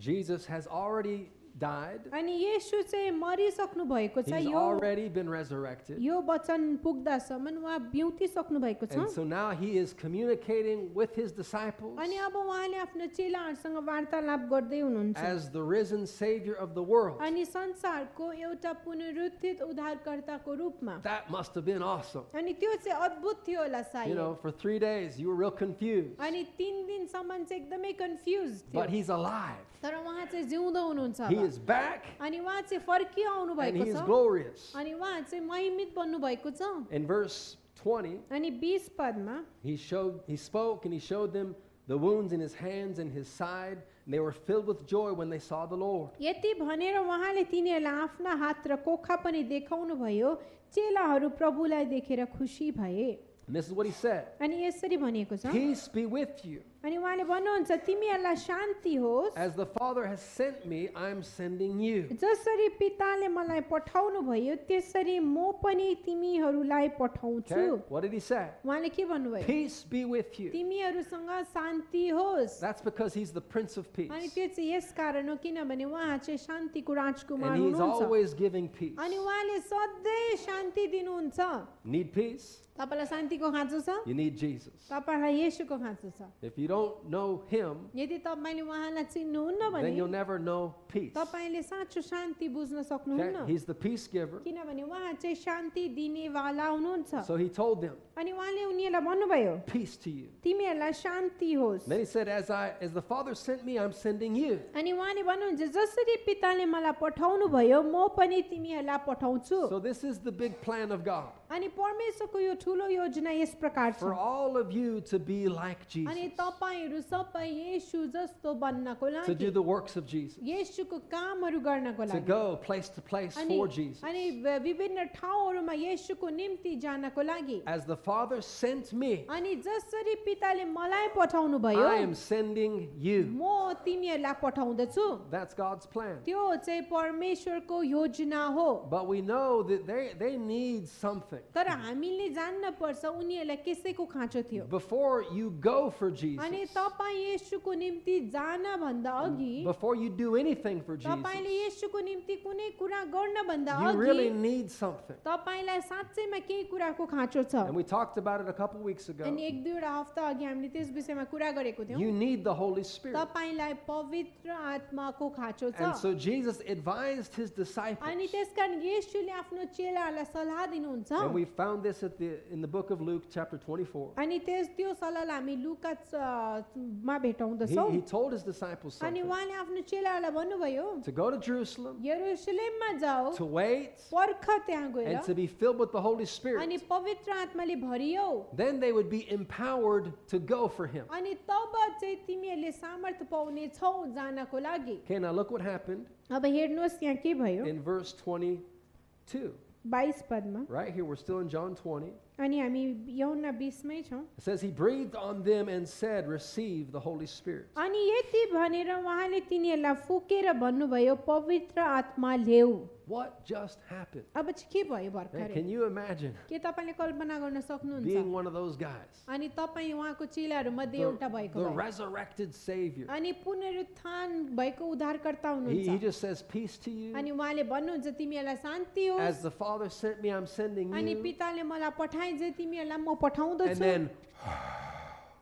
Speaker 1: Jesus has already died,
Speaker 2: अनि येसु चाहिँ मरिसक्नु भएको छ
Speaker 1: he's
Speaker 2: yo
Speaker 1: already been resurrected.
Speaker 2: यो वचन पुग्दासम्म उहाँ बिउतिसक्नु भएको छ
Speaker 1: And so now he is communicating with his disciples
Speaker 2: अनि अब उहाँले आफ्नो चेलाहरूसँग वार्तालाप गर्दै हुनुहुन्छ
Speaker 1: as the risen Savior of the world.
Speaker 2: अनि संसारको एउटा पुनरुत्थित उद्धारकर्ताको रूपमा
Speaker 1: That must have been awesome.
Speaker 2: अनि त्यो चाहिँ अद्भुत थियो होला
Speaker 1: You
Speaker 2: सायद
Speaker 1: know, for three days you were real confused,
Speaker 2: अनि तिन दिनसम्म चाहिँ एकदमै कन्फ्युज थियो
Speaker 1: but he's alive.
Speaker 2: तर उहाँ चाहिँ जिउँदो हुनुहुन्छ
Speaker 1: He
Speaker 2: अब।
Speaker 1: is back
Speaker 2: अनि उहाँ चाहिँ फर्किआउनु
Speaker 1: and he
Speaker 2: भएको छ
Speaker 1: is glorious.
Speaker 2: अनि उहाँ चाहिँ महिमित बन्नुभएको छ
Speaker 1: In verse 20,
Speaker 2: अनि बिस Padma
Speaker 1: he showed he spoke and he showed them the wounds in his hands and his side, and they were filled with joy when they saw the Lord.
Speaker 2: यति भनेर उहाँले तिनीहरूलाई आफ्ना हात र कोखा पनि देखाउनु भयो चेलाहरू प्रभुलाई देखेर खुसी भए
Speaker 1: And this is what he said.
Speaker 2: अनि यसरी भनेको छ
Speaker 1: Peace be with you.
Speaker 2: अनि उहाँले भन्नुहुन्छ तिमीहरूलाई शान्ति होस्
Speaker 1: As the Father has sent me, I'm sending you.
Speaker 2: जसरी पिताले मलाई पठाउनु भयो त्यसरी म पनि तिमीहरूलाई पठाउँछु
Speaker 1: Okay? What did he say?
Speaker 2: उहाँले के भन्नुभयो
Speaker 1: Peace be with you.
Speaker 2: तिमीहरूसँग शान्ति होस्
Speaker 1: That's because he's the Prince of Peace.
Speaker 2: अनि त्यो चाहिँ यस कारण हो किनभने उहाँ चाहिँ शान्तिको राजकुमार
Speaker 1: And he's
Speaker 2: हुनुहुन्छ
Speaker 1: always giving peace.
Speaker 2: अनि उहाँले सधैँ शान्ति दिनुहुन्छ
Speaker 1: Need peace?
Speaker 2: तपाईँलाई शान्तिको खाँचो छ
Speaker 1: You need Jesus.
Speaker 2: तपाईँलाई येसुको खाँचो छ
Speaker 1: If you don't know him,
Speaker 2: यदि तपाईँले उहाँलाई चिन्नुहुन्न भने
Speaker 1: then you'll never know peace.
Speaker 2: तपाईँले साँचो शान्ति बुझ्न
Speaker 1: Okay?
Speaker 2: सक्नुहुन्न
Speaker 1: He's the peace giver.
Speaker 2: किनभने उहाँ चाहिँ शान्ति दिनेवाला हुनुहुन्छ
Speaker 1: So he told them,
Speaker 2: अनि उहाँले उनीहरूलाई भन्नुभयो
Speaker 1: Peace to you.
Speaker 2: तिमीहरूलाई शान्ति होस्
Speaker 1: And then he said, As I as the Father sent me, I'm sending you.
Speaker 2: अनि उहाँले भन्नुहुन्छ जसरी पिताले मलाई पठाउनु भयो म पनि तिमीहरूलाई पठाउँछु
Speaker 1: So this is the big plan of God.
Speaker 2: अनि परमेश्वरको यो ठुलो योजना यस प्रकार छ
Speaker 1: For all of you to be like Jesus.
Speaker 2: अनि तपाईँहरू सबै येसु जस्तो बन्नको
Speaker 1: To
Speaker 2: लागि
Speaker 1: do the works of Jesus.
Speaker 2: येसुको कामहरू गर्नको
Speaker 1: To
Speaker 2: लागि
Speaker 1: go place to place
Speaker 2: अनि
Speaker 1: for Jesus.
Speaker 2: अनि वि- विभिन्न ठाउँहरूमा येशूको निम्ति जानको लागि
Speaker 1: As the Father sent me,
Speaker 2: अनि जसरी पिताले मलाई पठाउनु भयो
Speaker 1: I am sending you.
Speaker 2: म तिमीहरूलाई पठाउँदछु
Speaker 1: That's God's plan.
Speaker 2: त्यो चाहिँ परमेश्वरको योजना हो
Speaker 1: But we know that they, they need something.
Speaker 2: तर हामीले जान्न पर्छ उनीहरूलाई कसैको खाँचो थियो
Speaker 1: Before you go for Jesus, Mm,
Speaker 2: अनि तपाईँ येशूको निम्ति जान भन्दा अघि
Speaker 1: before you do anything for Jesus,
Speaker 2: तपाईँले येशूको निम्ति कुनै कुरा गर्न भन्दा
Speaker 1: you really
Speaker 2: अघि
Speaker 1: need something.
Speaker 2: तपाईँलाई साँच्चैमा केही कुराको खाँचो छ
Speaker 1: And we talked about it a couple weeks ago.
Speaker 2: अनि एक दुईवटा हप्ता अघि हामीले त्यस विषयमा कुरा गरेको थियौँ
Speaker 1: You need the Holy Spirit.
Speaker 2: तपाईँलाई पवित्र आत्माको खाँचो छ
Speaker 1: And so Jesus advised his
Speaker 2: अनि
Speaker 1: disciples.
Speaker 2: त्यसकारण येशूले आफ्नो चेलाहरूलाई सल्लाह दिनुहुन्छ
Speaker 1: And we found this at the, in the book of Luke, chapter 24.
Speaker 2: अनि त्यस त्यो सल्लाहलाई हामी लुका च- मा
Speaker 1: He,
Speaker 2: भेटाउँदछौँ
Speaker 1: he told his disciples
Speaker 2: अनि
Speaker 1: something,
Speaker 2: उहाँले आफ्नो चेलाहरूलाई भन्नुभयो
Speaker 1: to go to Jerusalem,
Speaker 2: यरुसलेममा जाओ
Speaker 1: to wait,
Speaker 2: पर्ख त्यहाँ गएर
Speaker 1: and to be filled with the Holy
Speaker 2: अनि
Speaker 1: Spirit.
Speaker 2: पवित्र आत्माले भरियौ
Speaker 1: Then they would be empowered to go for him.
Speaker 2: अनि तब चाहिँ तिमीहरूले सामर्थ पाउने छौ जानको लागि
Speaker 1: Okay, now look what happened.
Speaker 2: अब हेर्नुहोस् यहाँ के भयो
Speaker 1: in verse 22.
Speaker 2: बाइस Padma
Speaker 1: Right here, we're still in John 20. It
Speaker 2: अनि हामी यौना बिसमै छौँ
Speaker 1: says, He breathed on them and said, Receive the Holy Spirit.
Speaker 2: अनि यति भनेर उहाँले तिनीहरूलाई फुकेर भन्नुभयो पवित्र आत्मा ल्याऊ
Speaker 1: What just happened?
Speaker 2: अब चाहिँ के भयो
Speaker 1: Man,
Speaker 2: भर्खरै
Speaker 1: can you imagine
Speaker 2: के तपाईँले कल्पना गर्न
Speaker 1: being
Speaker 2: सक्नुहुन्छ
Speaker 1: one of those guys?
Speaker 2: अनि तपाईँ उहाँको चेलाहरू मध्ये
Speaker 1: The,
Speaker 2: एउटा भएको
Speaker 1: the
Speaker 2: भए।
Speaker 1: resurrected Savior.
Speaker 2: अनि पुनरुत्थान भएको उद्धारकर्ता
Speaker 1: He, he
Speaker 2: हुनुहुन्छ
Speaker 1: just says, Peace to you.
Speaker 2: अनि उहाँले भन्नुहुन्छ तिमीहरूलाई शान्ति हो
Speaker 1: As the Father sent me, I'm sending
Speaker 2: अनि
Speaker 1: you.
Speaker 2: पिताले मलाई पठाए जे तिमीहरूलाई म
Speaker 1: And
Speaker 2: पठाउँदछु
Speaker 1: then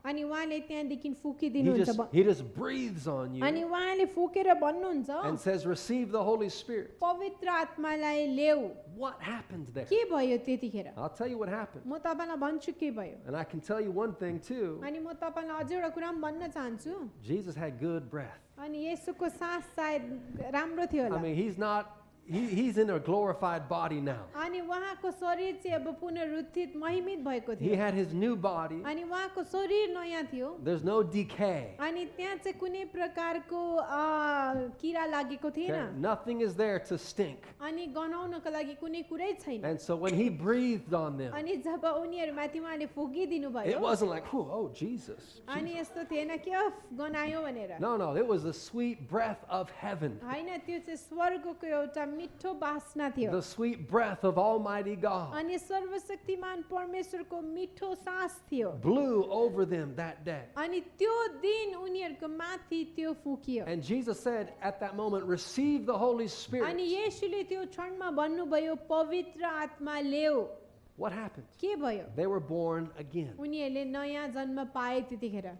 Speaker 2: अनि उहाँले त्यहाँदेखि
Speaker 1: he
Speaker 2: फुकिदिनुहुन्छ
Speaker 1: just,
Speaker 2: भ-
Speaker 1: he just breathes on
Speaker 2: अनि
Speaker 1: you
Speaker 2: उहाँले फुकेर भन्नुहुन्छ
Speaker 1: and says, Receive the Holy Spirit.
Speaker 2: पवित्र आत्मालाई ल्याऊ
Speaker 1: What happened there?
Speaker 2: के भयो त्यतिखेर
Speaker 1: I'll tell you what happened.
Speaker 2: म तपाईँलाई भन्छु के भयो
Speaker 1: And I can tell you one thing, too.
Speaker 2: अनि म तपाईँलाई अझै एउटा कुरा पनि भन्न चाहन्छु
Speaker 1: Jesus had good breath.
Speaker 2: अनि यसोको सास सायद राम्रो थियो
Speaker 1: I
Speaker 2: होला
Speaker 1: mean, he's not he, he's in a glorified body now.
Speaker 2: अनि उहाँको शरीर चाहिँ अब पुनरुत्थित महिमित भएको
Speaker 1: He
Speaker 2: थियो
Speaker 1: had his new body.
Speaker 2: अनि उहाँको शरीर नयाँ थियो
Speaker 1: There's no decay.
Speaker 2: अनि त्यहाँ चाहिँ कुनै प्रकारको अ, किरा लागेको
Speaker 1: Okay?
Speaker 2: थिएन
Speaker 1: Nothing is there to stink.
Speaker 2: अनि गनाउनको लागि कुनै कुरै छैन
Speaker 1: And so when he breathed on them,
Speaker 2: अनि जब उनीहरूमाथि उहाँले फुकिदिनु
Speaker 1: it
Speaker 2: भयो
Speaker 1: wasn't like, "Whew, oh, Jesus.
Speaker 2: अनि यस्तो थिएन कि अफ गनायो भनेर
Speaker 1: No, no, it was the sweet breath of heaven,
Speaker 2: होइन त्यो चाहिँ स्वर्गको एउटा मिठो बासना थियो
Speaker 1: the sweet breath of Almighty God
Speaker 2: अनि सर्वशक्तिमान परमेश्वरको मिठो सास थियो
Speaker 1: blew over them that day.
Speaker 2: अनि त्यो दिन उनीहरूको माथि त्यो फुकियो
Speaker 1: And Jesus said at that moment, Receive the Holy
Speaker 2: अनि
Speaker 1: Spirit.
Speaker 2: येशूले त्यो क्षणमा भन्नुभयो पवित्र आत्मा ल्याऊ
Speaker 1: What happened?
Speaker 2: के भयो
Speaker 1: They were born again.
Speaker 2: उनीहरूले नयाँ जन्म पाए त्यतिखेर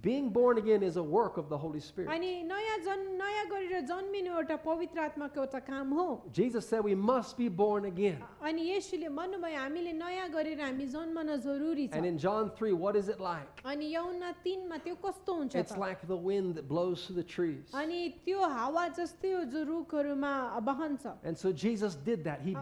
Speaker 1: Being born again is a work of the Holy Spirit.
Speaker 2: अनि नयाँ जन्म नयाँ गरेर जन्मिनु एउटा पवित्र आत्माको एउटा काम हो
Speaker 1: Jesus said we must be born again.
Speaker 2: अनि यसुले भन्नुभयो हामीले नयाँ गरेर हामी जन्मन जरुरी छ
Speaker 1: And in John 3, what is it like?
Speaker 2: अनि यौना तिनमा त्यो कस्तो हुन्छ
Speaker 1: It's
Speaker 2: त?
Speaker 1: like the wind that blows through the trees.
Speaker 2: अनि त्यो हावा जस्तै हो जो रुखहरूमा बहन्छ
Speaker 1: And so Jesus did that. He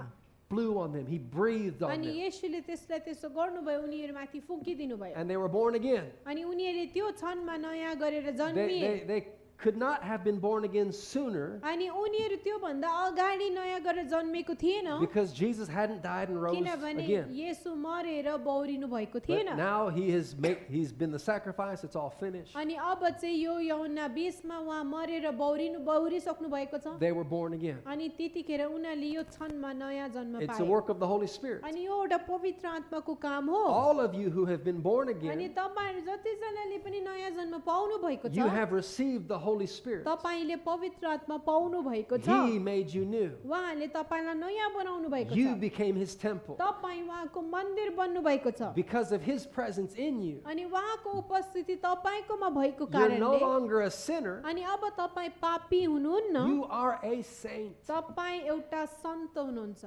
Speaker 1: blew on them, He breathed on
Speaker 2: अनि
Speaker 1: them,
Speaker 2: यसुले त्यसलाई त्यसो गर्नुभयो उनीहरूमाथि फुकिदिनु भयो
Speaker 1: and they were born again.
Speaker 2: अनि उनीहरूले त्यो क्षणमा नयाँ गरेर
Speaker 1: They,
Speaker 2: जन्मिए
Speaker 1: they, they could not have been born again sooner
Speaker 2: अनि उनीहरू त्योभन्दा अगाडि नयाँ गरेर जन्मेको थिएन
Speaker 1: because Jesus hadn't died and rose
Speaker 2: किनभने
Speaker 1: again.
Speaker 2: येसु मरेर बौरिनु भएको
Speaker 1: But
Speaker 2: थिएन
Speaker 1: now he has made, he's been the sacrifice, it's all finished.
Speaker 2: अनि अब चाहिँ यो यौना बिसमा उहाँ मरेर बौरिनु बौरिसक्नु भएको छ
Speaker 1: They were born again.
Speaker 2: अनि त्यतिखेर उनीहरूले यो क्षणमा नयाँ जन्म
Speaker 1: It's a
Speaker 2: पाए
Speaker 1: work of the Holy Spirit.
Speaker 2: अनि यो एउटा पवित्र आत्माको काम हो
Speaker 1: All of you who have been born
Speaker 2: अनि
Speaker 1: again,
Speaker 2: तपाईँहरू जतिजनाले पनि नयाँ जन्म पाउनु भएको
Speaker 1: you
Speaker 2: छ
Speaker 1: have received the Holy Spirit.
Speaker 2: तपाईँले पवित्र आत्मा पाउनु भएको छ
Speaker 1: He made you new.
Speaker 2: उहाँले तपाईँलाई नयाँ बनाउनु भएको
Speaker 1: You
Speaker 2: छ
Speaker 1: became his temple.
Speaker 2: तपाईँ उहाँको मन्दिर बन्नु भएको छ
Speaker 1: Because of his presence in you,
Speaker 2: अनि उहाँको उपस्थिति तपाईँकोमा भएको
Speaker 1: you're no
Speaker 2: कारणले
Speaker 1: longer a sinner,
Speaker 2: अनि अब तपाईँ पापी हुनुहुन्न
Speaker 1: you are a saint.
Speaker 2: तपाईँ एउटा सन्त हुनुहुन्छ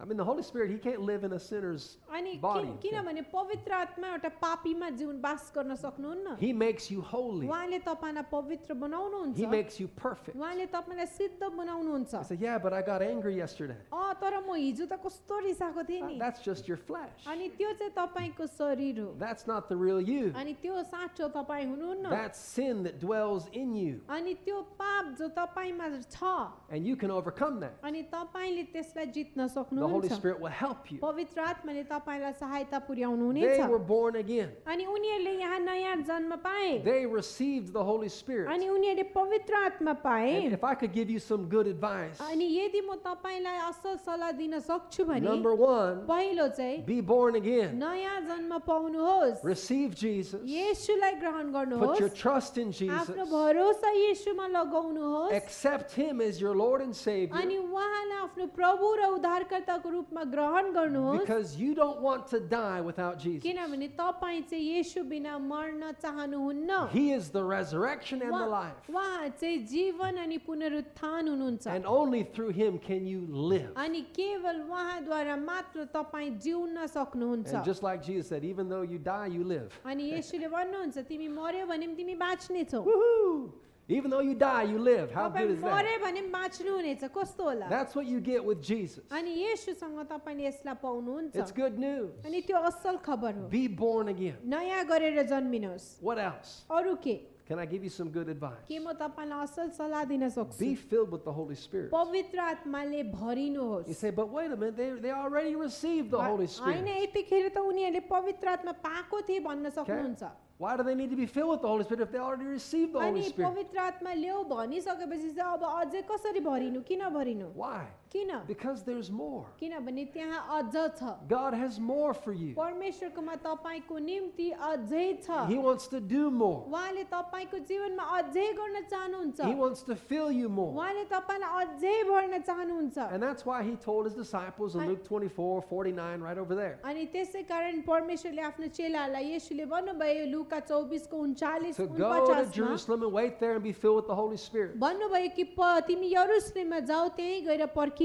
Speaker 1: I mean, the Holy Spirit, he can't live in a sinner's
Speaker 2: अनि
Speaker 1: body.
Speaker 2: किन- किनभने पवित्र आत्मा एउटा पापीमा जीवन बास गर्न सक्नुहुन्न
Speaker 1: He makes you holy,
Speaker 2: उहाँले तपाईँलाई पवित्र बनाउनुहुन्छ
Speaker 1: he makes you perfect.
Speaker 2: उहाँले तपाईँलाई सिद्ध बनाउनुहुन्छ
Speaker 1: I said, Yeah, but I got angry yesterday.
Speaker 2: अँ तर म हिजो त कस्तो रिसाएको थिएँ नि
Speaker 1: That's just your flesh.
Speaker 2: अनि त्यो चाहिँ तपाईँको शरीर हो
Speaker 1: That's not the real you.
Speaker 2: अनि त्यो साँचो तपाईँ हुनुहुन्न
Speaker 1: That's sin that dwells in you.
Speaker 2: अनि त्यो पाप जो तपाईँमा छ
Speaker 1: And you can overcome that.
Speaker 2: अनि तपाईँले त्यसलाई जित्न
Speaker 1: The Holy
Speaker 2: सक्नुहुन्छ
Speaker 1: Spirit will help you.
Speaker 2: पवित्र आत्माले तपाईँलाई सहायता पुर्याउनु हुनेछ
Speaker 1: They were born again.
Speaker 2: अनि उनीहरूले यहाँ नयाँ जन्म पाए
Speaker 1: They received the Holy Spirit.
Speaker 2: अनि उनीहरूले पवित्र आत्मा पाए
Speaker 1: And if I could give you some good advice,
Speaker 2: अनि यदि म तपाईँलाई असल सल्लाह दिन सक्छु भने
Speaker 1: number one,
Speaker 2: पहिलो चाहिँ
Speaker 1: be born again.
Speaker 2: नयाँ जन्म पाउनुहोस्
Speaker 1: Receive Jesus.
Speaker 2: येशूलाई ग्रहण
Speaker 1: Put your
Speaker 2: गर्नुहोस्
Speaker 1: trust in Jesus.
Speaker 2: आफ्नो भरोसा येशूमा लगाउनुहोस्
Speaker 1: Accept Him as your Lord and Savior
Speaker 2: अनि उहाँलाई आफ्नो प्रभु र उद्धारकर्ताको रूपमा ग्रहण गर्नुहोस्
Speaker 1: because you don't want to die without Jesus.
Speaker 2: किनभने तपाईँ चाहिँ येशू बिना मर्न चाहनुहुन्न
Speaker 1: He is the resurrection and the
Speaker 2: उहाँ
Speaker 1: life.
Speaker 2: उहाँ चाहिँ जीवन अनि पुनरुत्थान हुनुहुन्छ
Speaker 1: And only through Him can you live.
Speaker 2: अनि केवल उहाँद्वारा मात्र तपाईँ जिउन सक्नुहुन्छ
Speaker 1: And just like Jesus said, even though you die, you live.
Speaker 2: अनि येशूले भन्नुहुन्छ तिमी मर्यो भने पनि तिमी बाँच्ने छौ
Speaker 1: Woohoo! Even though you die, you live. How
Speaker 2: तपाईँ
Speaker 1: good is that?
Speaker 2: मर्यो भने पनि बाँच्नु हुनेछ कस्तो होला
Speaker 1: That's what you get with Jesus.
Speaker 2: अनि येशूसँग तपाईँले यसलाई पाउनुहुन्छ
Speaker 1: It's good news.
Speaker 2: अनि त्यो असल खबर हो
Speaker 1: Be born again.
Speaker 2: नयाँ गरेर जन्मिनुहोस्
Speaker 1: What else?
Speaker 2: अरू के
Speaker 1: Can I give you some good advice?
Speaker 2: के म तपाईँलाई असल सल्लाह दिन सक्छु
Speaker 1: Be filled with the Holy Spirit.
Speaker 2: पवित्र आत्माले
Speaker 1: You
Speaker 2: भरिनुहोस्
Speaker 1: say, but wait a minute, they, they already received the Holy
Speaker 2: होइन
Speaker 1: Spirit.
Speaker 2: यतिखेर त उनीहरूले पवित्र आत्मा पाएको थिए भन्न सक्नुहुन्छ
Speaker 1: Why do they need to be filled with the Holy Spirit if they already received the
Speaker 2: अनि
Speaker 1: Holy Spirit?
Speaker 2: पवित्र आत्मा ल्याऊ भनिसकेपछि चाहिँ अब अझै कसरी भरिनु किन भरिनु
Speaker 1: Why?
Speaker 2: किन
Speaker 1: Because there's more.
Speaker 2: किनभने त्यहाँ अझ छ
Speaker 1: God has more for you.
Speaker 2: परमेश्वरकोमा तपाईँको निम्ति अझै छ
Speaker 1: He wants to do more.
Speaker 2: उहाँले तपाईँको जीवनमा अझै गर्न चाहनुहुन्छ
Speaker 1: He wants to fill you more.
Speaker 2: उहाँले तपाईँलाई अझै भर्न चाहनुहुन्छ
Speaker 1: And that's why he told his disciples in
Speaker 2: I-
Speaker 1: Luke 24, 49, right over there,
Speaker 2: अनि त्यसै कारण परमेश्वरले आफ्नो चेलाहरूलाई यसुले भन्नुभयो लुका चौबिसको उन्चालिस
Speaker 1: to go to
Speaker 2: उनपचासमा
Speaker 1: Jerusalem and wait there and be filled with the Holy Spirit.
Speaker 2: भन्नुभयो कि प तिमी यरुसलेममा जाऊ त्यहीँ गएर पर्खिबस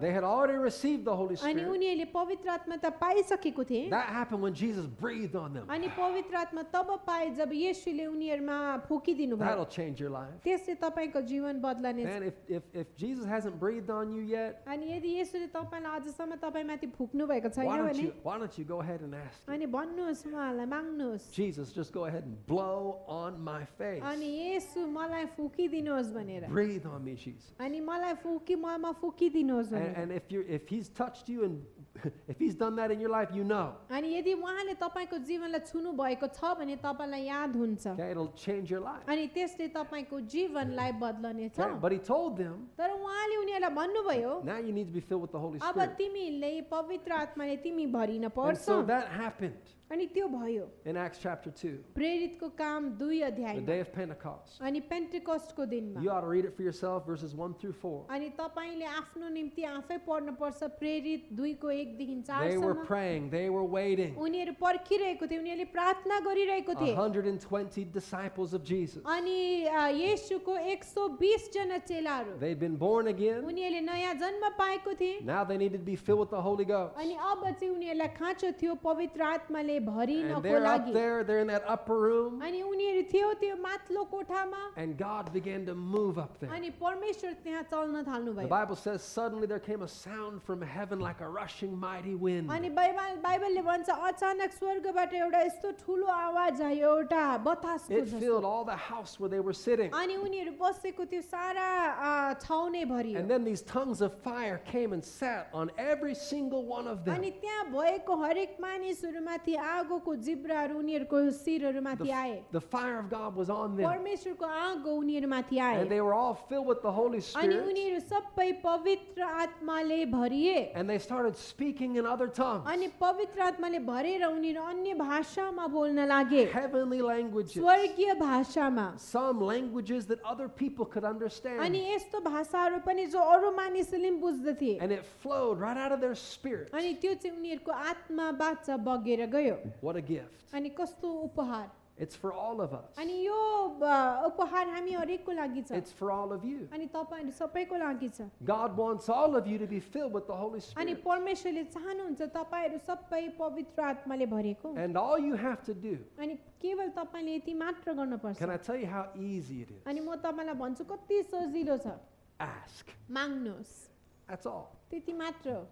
Speaker 1: They had already received the Holy
Speaker 2: अनि
Speaker 1: Spirit.
Speaker 2: उनीहरूले पवित्र आत्मा त पाइसकेको थिए
Speaker 1: That happened when Jesus breathed on them.
Speaker 2: अनि पवित्र आत्मा तब पाए जब यसुले उनीहरूमा फुकिदिनु भयो
Speaker 1: That'll change your life.
Speaker 2: त्यसले तपाईँको जीवन बदलने
Speaker 1: And if, if, if Jesus hasn't breathed on you yet,
Speaker 2: अनि यदि यसोले तपाईँलाई अझसम्म तपाईँमाथि फुक्नु भएको
Speaker 1: why
Speaker 2: छैन
Speaker 1: don't,
Speaker 2: भने
Speaker 1: you, why don't you go ahead and ask him,
Speaker 2: अनि भन्नुहोस् उहाँलाई माग्नुहोस्
Speaker 1: Jesus, just go ahead and blow on my face.
Speaker 2: अनि यसो मलाई फुकिदिनुहोस् भनेर
Speaker 1: Breathe on me, Jesus.
Speaker 2: अनि मलाई फुकी ममा फुकिदिनुहोस्
Speaker 1: And,
Speaker 2: भनेर
Speaker 1: and if, you're, if he's touched you and if he's done that in your life, you know.
Speaker 2: अनि यदि उहाँले तपाईँको जीवनलाई छुनु भएको छ भने तपाईँलाई याद हुन्छ
Speaker 1: Okay, it'll change your life.
Speaker 2: अनि त्यसले तपाईँको जीवनलाई बदलनेछ
Speaker 1: Okay, But he told them,
Speaker 2: तर उहाँले उनीहरूलाई भन्नुभयो
Speaker 1: now you need to be filled with Ah, the Holy
Speaker 2: अब
Speaker 1: Spirit.
Speaker 2: तिमीले पवित्र आत्माले तिमी भरिन
Speaker 1: And
Speaker 2: पर्छ
Speaker 1: so that happened
Speaker 2: अनि त्यो भयो
Speaker 1: in Acts chapter 2,
Speaker 2: प्रेरितको काम दुई
Speaker 1: the
Speaker 2: अध्यायमा
Speaker 1: day of Pentecost.
Speaker 2: अनि पेन्टिकस्टको
Speaker 1: You
Speaker 2: दिनमा
Speaker 1: ought to read it for yourself, verses 1 through 4.
Speaker 2: अनि तपाईँले आफ्नो निम्ति आफै पढ्नुपर्छ प्रेरित दुईको एकदेखि
Speaker 1: They were
Speaker 2: चारसम्म
Speaker 1: praying, they were waiting.
Speaker 2: उनीहरू पर्खिरहेको थिए उनीहरूले प्रार्थना गरिरहेको थिए
Speaker 1: Uh-huh. 120 disciples of Jesus.
Speaker 2: अनि अ, येशूको एक सौ बिसजना चेलाहरू
Speaker 1: They've been born again.
Speaker 2: उनीहरूले नयाँ जन्म पाएको थिए
Speaker 1: Now they needed to be filled with the Holy Ghost.
Speaker 2: अनि अब चाहिँ उनीहरूलाई खाँचो थियो पवित्र आत्माले
Speaker 1: And
Speaker 2: भरिनको
Speaker 1: they're
Speaker 2: लागि
Speaker 1: up there, they're in that upper room,
Speaker 2: अनि उनीहरू थियो त्यो माथिल्लो कोठामा
Speaker 1: and God began to move up there.
Speaker 2: अनि परमेश्वर त्यहाँ चल्न
Speaker 1: The
Speaker 2: थाल्नुभयो
Speaker 1: Bible says suddenly there came a sound from heaven like a rushing mighty wind.
Speaker 2: अनि बाइबल बाइबलले भन्छ अचानक स्वर्गबाट एउटा यस्तो ठुलो आवाज आयो एउटा बतासको
Speaker 1: It
Speaker 2: जस्तो।
Speaker 1: filled all the house where they were sitting.
Speaker 2: अनि उनीहरू बसेको त्यो सारा अ, छाउने भरियो
Speaker 1: And then these tongues of fire came and sat on every single one of
Speaker 2: अनि
Speaker 1: them.
Speaker 2: त्यहाँ भएको हरेक मानिसहरूमाथि आगोको जिब्राहरू उनीहरूको शिरहरूमाथि आए
Speaker 1: The, the fire of God was on them.
Speaker 2: परमेश्वरको आगो उनीहरूमाथि आए
Speaker 1: And they were all filled with the Holy
Speaker 2: अनि
Speaker 1: Spirit.
Speaker 2: उनीहरू सबै पवित्र आत्माले भरिए
Speaker 1: And they started speaking in other
Speaker 2: अनि
Speaker 1: tongues,
Speaker 2: पवित्र आत्माले भरेर उनीहरू अन्य भाषामा बोल्न लागे
Speaker 1: heavenly languages,
Speaker 2: स्वर्गीय भाषामा
Speaker 1: some languages that other people could
Speaker 2: अनि
Speaker 1: understand.
Speaker 2: यस्तो भाषाहरू पनि जो अरू मानिसले पनि बुझ्दथे
Speaker 1: And it flowed right out of their spirit.
Speaker 2: अनि त्यो चाहिँ उनीहरूको आत्माबाट चाहिँ बगेर गयो
Speaker 1: What a gift.
Speaker 2: अनि कस्तो उपहार
Speaker 1: It's for all of us,
Speaker 2: अनि यो ब- उपहार हामी हरेकको लागि छ
Speaker 1: it's for all of you.
Speaker 2: अनि तपाईँहरू सबैको लागि छ
Speaker 1: God wants all of you to be filled with the Holy
Speaker 2: अनि
Speaker 1: Spirit.
Speaker 2: परमेश्वरले चाहनुहुन्छ तपाईँहरू सबै पवित्र आत्माले भरेको
Speaker 1: And all you have to do,
Speaker 2: अनि केवल तपाईँले यति मात्र गर्नुपर्छ
Speaker 1: can I tell you how easy it is?
Speaker 2: अनि म तपाईँलाई भन्छु कति सजिलो छ
Speaker 1: Ask.
Speaker 2: माग्नुहोस्
Speaker 1: That's all.
Speaker 2: त्यति मात्र हो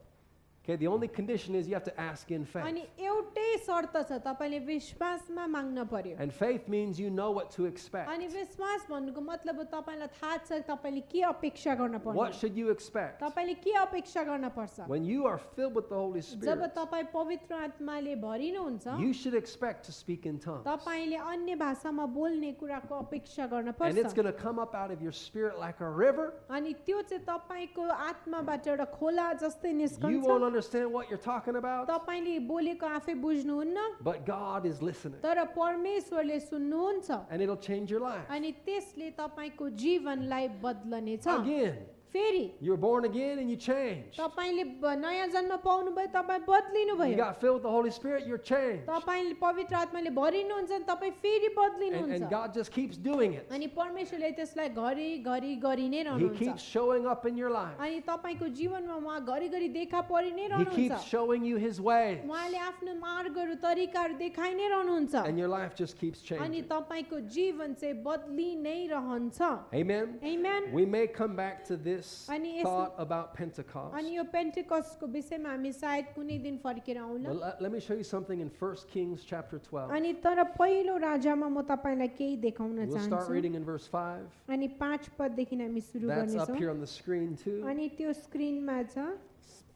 Speaker 1: Okay, the only condition is you have to ask in faith.
Speaker 2: अनि एउटै शर्त छ तपाईँले विश्वासमा माग्न पर्यो
Speaker 1: And faith means you know what to expect.
Speaker 2: अनि विश्वास भन्नुको मतलब हो तपाईँलाई थाहा छ तपाईँले के अपेक्षा गर्न पर्छ
Speaker 1: What should you expect?
Speaker 2: तपाईँले के अपेक्षा गर्न पर्छ
Speaker 1: When you are filled with the Holy
Speaker 2: जब
Speaker 1: Spirit,
Speaker 2: तपाईँ पवित्र आत्माले भरिनुहुन्छ
Speaker 1: you should expect to speak in tongues.
Speaker 2: तपाईँले अन्य भाषामा बोल्ने कुराको अपेक्षा गर्न
Speaker 1: And it's
Speaker 2: पर्छ
Speaker 1: going to come up out of your spirit like a river.
Speaker 2: अनि त्यो चाहिँ तपाईँको आत्माबाट एउटा खोला
Speaker 1: You
Speaker 2: जस्तै
Speaker 1: won't
Speaker 2: निस्कन्छ
Speaker 1: understand what you're talking about,
Speaker 2: तपाईँले बोलेको आफै बुझ्नुहुन्न
Speaker 1: but God is listening.
Speaker 2: तर परमेश्वरले सुन्नुहुन्छ
Speaker 1: And it'll change your life.
Speaker 2: अनि त्यसले तपाईँको जीवनलाई बदलनेछ
Speaker 1: Again,
Speaker 2: फेरि
Speaker 1: you're born again and you change.
Speaker 2: तपाईँले ब- नयाँ जन्म पाउनुभयो तपाईँ बदलिनु
Speaker 1: You
Speaker 2: भयो
Speaker 1: got filled with the Holy Spirit, you're changed.
Speaker 2: तपाईँले पवित्र आत्माले भरिनुहुन्छ अनि तपाईँ फेरि
Speaker 1: And,
Speaker 2: बदलिनुहुन्छ
Speaker 1: and God just keeps doing it.
Speaker 2: अनि परमेश्वरले त्यसलाई घरिघरि गरि
Speaker 1: He
Speaker 2: नै रहनुहुन्छ
Speaker 1: keeps showing up in your life.
Speaker 2: अनि तपाईँको जीवनमा उहाँ घरिघरि देखा परि नै
Speaker 1: He
Speaker 2: रहनुहुन्छ
Speaker 1: keeps showing you His ways.
Speaker 2: उहाँले आफ्नो मार्गहरू तरिकाहरू देखाइ नै रहनुहुन्छ
Speaker 1: And your life just keeps
Speaker 2: अनि
Speaker 1: changing.
Speaker 2: तपाईँको जीवन चाहिँ बदलि नै रहन्छ
Speaker 1: Amen.
Speaker 2: Amen.
Speaker 1: We may come back to this
Speaker 2: And it's-
Speaker 1: thought about Pentecost.
Speaker 2: अनि यो पेन्टिकस्टको विषयमा हामी सायद कुनै दिन फर्केर
Speaker 1: But
Speaker 2: आउँला
Speaker 1: le- let me show you something in 1 Kings chapter 12.
Speaker 2: अनि तर पहिलो राजामा म तपाईँलाई केही देखाउन
Speaker 1: uh, We'll start
Speaker 2: चाहन्छु
Speaker 1: reading in verse 5.
Speaker 2: अनि पाँच पददेखि हामी सुरु
Speaker 1: That's up
Speaker 2: गर्नेछौँ
Speaker 1: here on the screen too.
Speaker 2: अनि त्यो स्क्रिनमा छ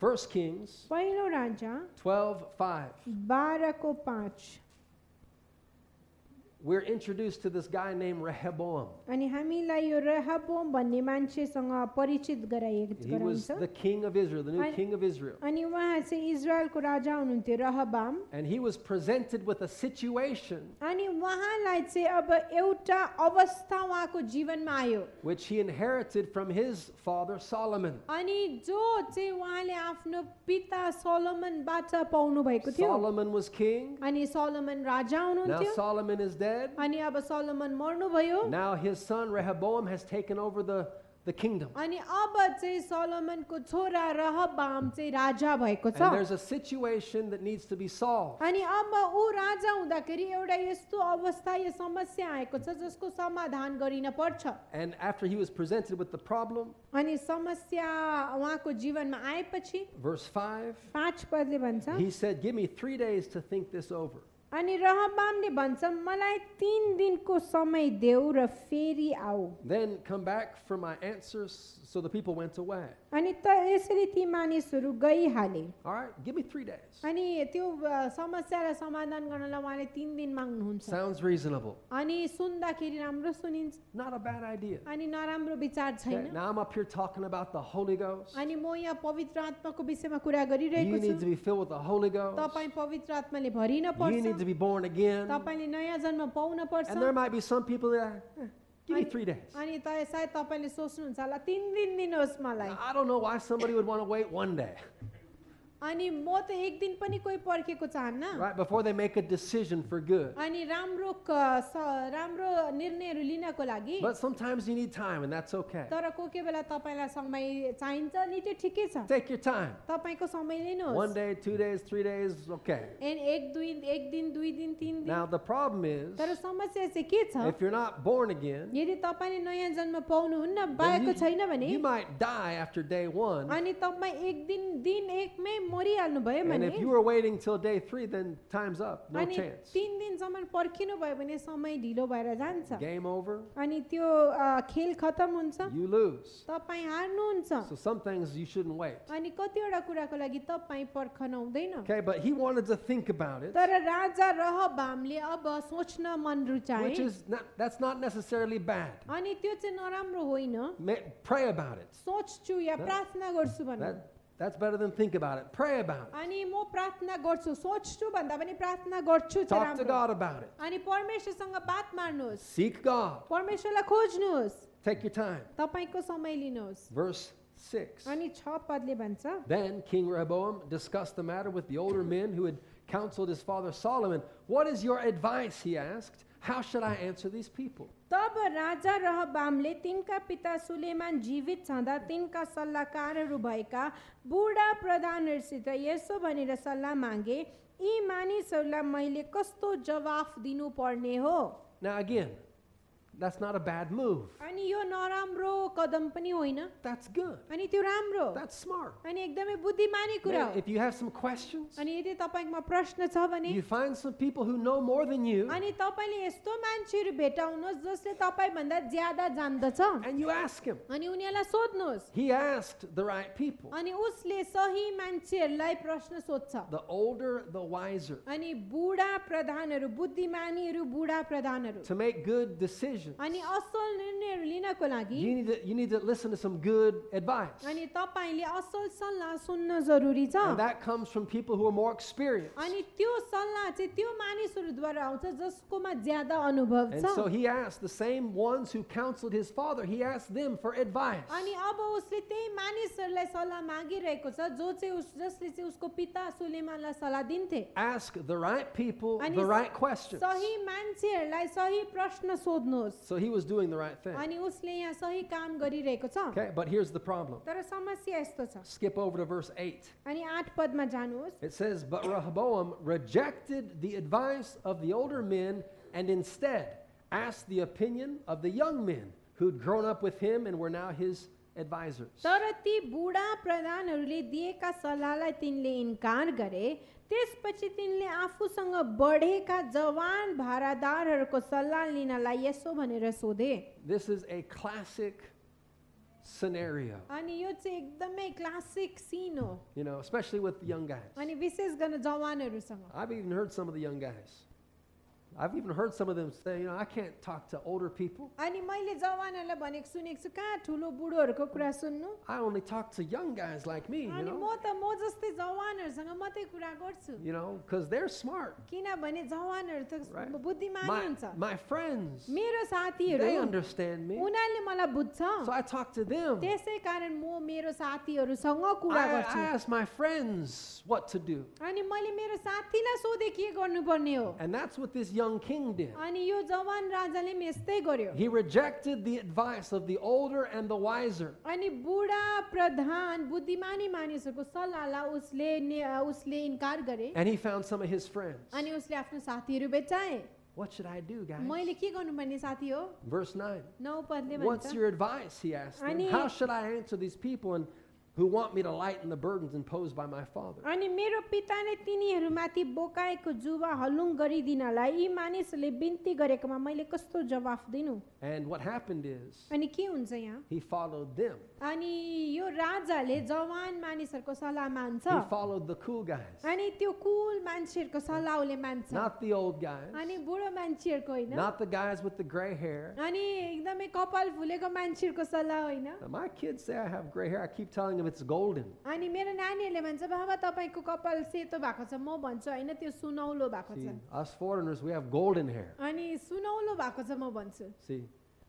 Speaker 1: 1 Kings
Speaker 2: पहिलो राजा
Speaker 1: 12 5.
Speaker 2: बाह्रको पाँच
Speaker 1: We're introduced to this guy named Rehoboam.
Speaker 2: अनि हामीलाई यो रहबोम भन्ने मान्छेसँग परिचित गराइएको
Speaker 1: He was
Speaker 2: गराउँछ
Speaker 1: the king of Israel, the new
Speaker 2: And-
Speaker 1: king of Israel.
Speaker 2: अनि उहाँ चाहिँ इजरायलको राजा हुनुहुन्थ्यो रहबाम
Speaker 1: And he was presented with a situation
Speaker 2: अनि उहाँलाई चाहिँ अब एउटा अवस्था उहाँको जीवनमा आयो
Speaker 1: which he inherited from his father Solomon.
Speaker 2: अनि जो चाहिँ उहाँले आफ्नो पिता सोलोमनबाट पाउनु भएको थियो
Speaker 1: Solomon was king.
Speaker 2: अनि सोलोमन राजा
Speaker 1: Now
Speaker 2: हुनुहुन्थ्यो
Speaker 1: Solomon is dead.
Speaker 2: अनि अब सोलोमन मर्नुभयो
Speaker 1: Now his son Rehoboam has taken over the, the kingdom.
Speaker 2: अनि अब चाहिँ सलोमनको छोरा रहबाम चाहिँ राजा भएको छ
Speaker 1: And there's a situation that needs to be solved.
Speaker 2: अनि अब ऊ राजा हुँदाखेरि एउटा यस्तो अवस्था या समस्या आएको छ जसको समाधान गरिन पर्छ
Speaker 1: And after he was presented with the problem,
Speaker 2: अनि समस्या उहाँको जीवनमा आएपछि
Speaker 1: verse 5,
Speaker 2: पाँच पदले भन्छ
Speaker 1: he said, Give me three days to think this over.
Speaker 2: अनि रहबामले भन्छ मलाई तिन दिनको समय देऊ र फेरि आऊ
Speaker 1: Then come back for my answers. So the people went away.
Speaker 2: अनि त यसरी ती मानिसहरू गइहाले
Speaker 1: All right, give me three days.
Speaker 2: अनि त्यो अ, समस्यालाई समाधान गर्नलाई उहाँले तिन दिन माग्नुहुन्छ
Speaker 1: Sounds reasonable.
Speaker 2: अनि सुन्दाखेरि राम्रो सुनिन्छ
Speaker 1: Not a bad idea.
Speaker 2: अनि नराम्रो विचार
Speaker 1: Okay,
Speaker 2: छैन
Speaker 1: now I'm up here talking about the Holy Ghost.
Speaker 2: अनि म यहाँ पवित्र आत्माको विषयमा कुरा
Speaker 1: You
Speaker 2: गरिरहेको
Speaker 1: need to
Speaker 2: छु
Speaker 1: be filled with the Holy Ghost.
Speaker 2: तपाईँ पवित्र आत्माले भरिन
Speaker 1: You need to
Speaker 2: पर्छ
Speaker 1: be born again.
Speaker 2: तपाईँले नयाँ जन्म पाउन पर्छ
Speaker 1: And there might be some people that, "Eh, give me
Speaker 2: I-
Speaker 1: three days.
Speaker 2: अनि त सायद तपाईँले सोच्नुहुन्छ होला तिन दिन दिनुहोस् मलाई
Speaker 1: I don't know why somebody would want to wait one day,
Speaker 2: अनि म त एक दिन पनि कोही पर्खेको चाहन्न
Speaker 1: right, before they make a decision for good.
Speaker 2: अनि राम्रो क- स- राम्रो निर्णयहरू लिनको लागि
Speaker 1: But sometimes you need time, and that's okay.
Speaker 2: तर कोही कोही बेला तपाईँलाई समय चाहिन्छ नि त्यो ठिकै छ
Speaker 1: Take your time.
Speaker 2: तपाईँको
Speaker 1: One
Speaker 2: समय लिनुहोस्
Speaker 1: day, two days, three days, okay.
Speaker 2: एन- एक दुई एक दिन दुई दिन तिन दिन
Speaker 1: Now, the problem is
Speaker 2: तर समस्या चाहिँ के छ
Speaker 1: if you're not born again,
Speaker 2: यदि तपाईँले नयाँ जन्म पाउनुहुन्न
Speaker 1: then
Speaker 2: पाएको छैन भने
Speaker 1: you, you might die after day one.
Speaker 2: अनि तपाईँ एक दिन दिन एकमै मरिहाल्नु भयो
Speaker 1: And
Speaker 2: भने
Speaker 1: if you were waiting till day three, then time's up. No
Speaker 2: अनि
Speaker 1: chance.
Speaker 2: तिन दिनसम्म पर्खिनु भयो भने समय ढिलो भएर जान्छ
Speaker 1: Game over,
Speaker 2: अनि त्यो अ, खेल खतम हुन्छ
Speaker 1: you lose.
Speaker 2: तपाईँ हार्नुहुन्छ
Speaker 1: So, some things you shouldn't wait.
Speaker 2: अनि कतिवटा कुराको लागि तपाईँ पर्खन हुँदैन
Speaker 1: Okay, but he wanted to think about it.
Speaker 2: तर राजा रहबामले अब सोच्न मन
Speaker 1: which
Speaker 2: रुचाए
Speaker 1: is not that's not necessarily bad
Speaker 2: अनि त्यो चाहिँ नराम्रो होइन
Speaker 1: Ma- pray about it
Speaker 2: सोच्छु या
Speaker 1: That-
Speaker 2: प्रार्थना गर्छु भन्नु
Speaker 1: that, that's better than think about it pray about
Speaker 2: अनि म प्रार्थना गर्छु सोच्छु भन्दा पनि प्रार्थना गर्छु
Speaker 1: it
Speaker 2: चाहिँ
Speaker 1: talk to
Speaker 2: राम्रो
Speaker 1: god about it
Speaker 2: अनि परमेश्वरसँग बात मार्नुहोस्
Speaker 1: seek god
Speaker 2: परमेश्वरलाई खोज्नुहोस्
Speaker 1: take your time
Speaker 2: तपाईँको समय लिनुहोस्
Speaker 1: verse 6
Speaker 2: अनि छ पदले भन्छ
Speaker 1: then king rehoboam discussed the matter with the older men who had counseled his father solomon what is your advice he asked how should i answer these people
Speaker 2: तब राजा रहबामले तिनका पिता सुलेमान जीवित छँदा तिनका सल्लाहकारहरू भएका बुढा प्रधानहरूसित यसो भनेर सल्लाह मागे यी मानिसहरूलाई मैले कस्तो जवाफ दिनुपर्ने हो
Speaker 1: now again that's not a bad move
Speaker 2: अनि यो नराम्रो कदम पनि होइन
Speaker 1: that's good
Speaker 2: अनि त्यो राम्रो
Speaker 1: that's smart
Speaker 2: अनि एकदमै बुद्धिमानी कुरा
Speaker 1: Man,
Speaker 2: हो
Speaker 1: if you have some questions
Speaker 2: अनि यदि तपाईँमा प्रश्न छ भने
Speaker 1: you find some people who know more than you
Speaker 2: अनि तपाईँले यस्तो मान्छेहरू भेटाउनुहोस् जसले तपाईँभन्दा ज्यादा जान्दछ
Speaker 1: and you ask him.
Speaker 2: अनि उनीहरूलाई सोध्नुहोस्
Speaker 1: He asked the right people.
Speaker 2: अनि उसले सही मान्छेहरूलाई प्रश्न सोध्छ
Speaker 1: The older, the wiser.
Speaker 2: अनि बुढा प्रधानहरू बुद्धिमानीहरू बुढा प्रधानहरू
Speaker 1: To make good decisions,
Speaker 2: अनि असल निर्णयहरू लिनको लागि
Speaker 1: you need, to, you need to listen to some good advice.
Speaker 2: अनि तपाईँले असल सल्लाह सुन्न जरुरी छ
Speaker 1: And that comes from people who are more experienced.
Speaker 2: अनि त्यो सल्लाह चाहिँ त्यो मानिसहरूद्वारा आउँछ जसकोमा ज्यादा अनुभव
Speaker 1: And
Speaker 2: छ
Speaker 1: so he asked the same ones who counseled his father, he asked them for advice.
Speaker 2: अनि अब उसले त्यही मानिसहरूलाई सल्लाह मागिरहेको छ जो चाहिँ उस जसले चाहिँ उसको पिता सुलेमानलाई सल्लाह दिन्थे
Speaker 1: Ask the right people
Speaker 2: And
Speaker 1: the
Speaker 2: he-
Speaker 1: right questions.
Speaker 2: सही मान्छेहरूलाई सही प्रश्न सोध्नुहोस्
Speaker 1: So he was doing the right thing.
Speaker 2: अनि उसले यहाँ सही काम गरिरहेको छ
Speaker 1: Okay, but here's the problem.
Speaker 2: तर समस्या यस्तो छ
Speaker 1: Skip over to verse 8.
Speaker 2: अनि आठ पदमा जानुहोस्
Speaker 1: It says, But Rehoboam rejected the advice of the older men and instead asked the opinion of the young men who'd grown up with him and were now his advisors.
Speaker 2: तर ती बुढा प्रधानहरूले दिएका सल्लाहलाई तिनले इन्कार गरे त्यसपछि तिनले आफूसँग बढेका जवान भारादारहरूको सल्लाह लिनलाई यसो भनेर सोधे
Speaker 1: This is a classic scenario,
Speaker 2: अनि यो चाहिँ एकदमै क्लासिक सिन हो
Speaker 1: you know, especially with the young guys.
Speaker 2: अनि विशेष गर्न जवानहरूसँग
Speaker 1: I've even heard some of the young guys. I've even heard some of them say, you know, I can't talk to older people.
Speaker 2: अनि मैले जवानहरूलाई भनेको सुनेको छु कहाँ ठुलो बुढोहरूको कुरा सुन्नु
Speaker 1: I only talk to young guys like me, you
Speaker 2: अनि म
Speaker 1: know,
Speaker 2: त म जस्तै जवानहरूसँग मात्रै कुरा गर्छु
Speaker 1: you know, because they're smart,
Speaker 2: किनभने जवानहरू त
Speaker 1: right?
Speaker 2: बुद्धिमानी
Speaker 1: My,
Speaker 2: हुन्छ
Speaker 1: my friends,
Speaker 2: मेरो साथीहरू
Speaker 1: they understand me.
Speaker 2: उनीहरूले मलाई बुझ्छ
Speaker 1: So I talk to them.
Speaker 2: त्यसै कारण म मेरो साथीहरूसँग
Speaker 1: I,
Speaker 2: कुरा
Speaker 1: I
Speaker 2: गर्छु
Speaker 1: ask my friends what to do.
Speaker 2: अनि मैले मेरो साथीलाई सोधेँ के गर्नुपर्ने हो
Speaker 1: And that's what this young king did.
Speaker 2: अनि यो जवान राजाले पनि यस्तै गर्यो
Speaker 1: He rejected the advice of the older and the wiser.
Speaker 2: अनि बुढा प्रधान बुद्धिमानी मानिसहरूको सल्लाहलाई उसले ने- उसले इन्कार गरे
Speaker 1: And he found some of his friends.
Speaker 2: अनि उसले आफ्नो साथीहरू बेचाए
Speaker 1: What should I do, guys?
Speaker 2: मैले के गर्नुपर्ने साथी हो
Speaker 1: Verse 9.
Speaker 2: नौ पदले
Speaker 1: What's
Speaker 2: भन्छ
Speaker 1: your advice? He asked them.
Speaker 2: Ani-
Speaker 1: How should I answer these people and who want me to lighten the burdens imposed by my father?
Speaker 2: अनि मेरो पिताले तिनीहरूमाथि बोकाएको जुवा हलुङ गरिदिनलाई यी मानिसहरूले बिन्ती गरेकोमा मैले कस्तो जवाफ दिनु
Speaker 1: And what happened is
Speaker 2: अनि के हुन्छ यहाँ
Speaker 1: he followed them.
Speaker 2: अनि यो राजाले जवान मानिसहरूको सल्लाह मान्छ
Speaker 1: He followed the cool guys,
Speaker 2: अनि त्यो कुल मान्छेहरूको सल्लाह उसले मान्छ
Speaker 1: not the old guys,
Speaker 2: अनि बुढो मान्छेहरूको होइन
Speaker 1: not the guys with the gray hair.
Speaker 2: अनि एकदमै कपाल फुलेको मान्छेहरूको सल्लाह होइन
Speaker 1: Now, my kids say I have gray hair. I keep telling them it's golden.
Speaker 2: अनि मेरो नानीहरूले भन्छ बाबा तपाईँको कपाल सेतो भएको छ म भन्छु होइन त्यो सुनौलो भएको छ
Speaker 1: See, us foreigners, we have golden hair.
Speaker 2: अनि सुनौलो भएको छ म भन्छु
Speaker 1: See,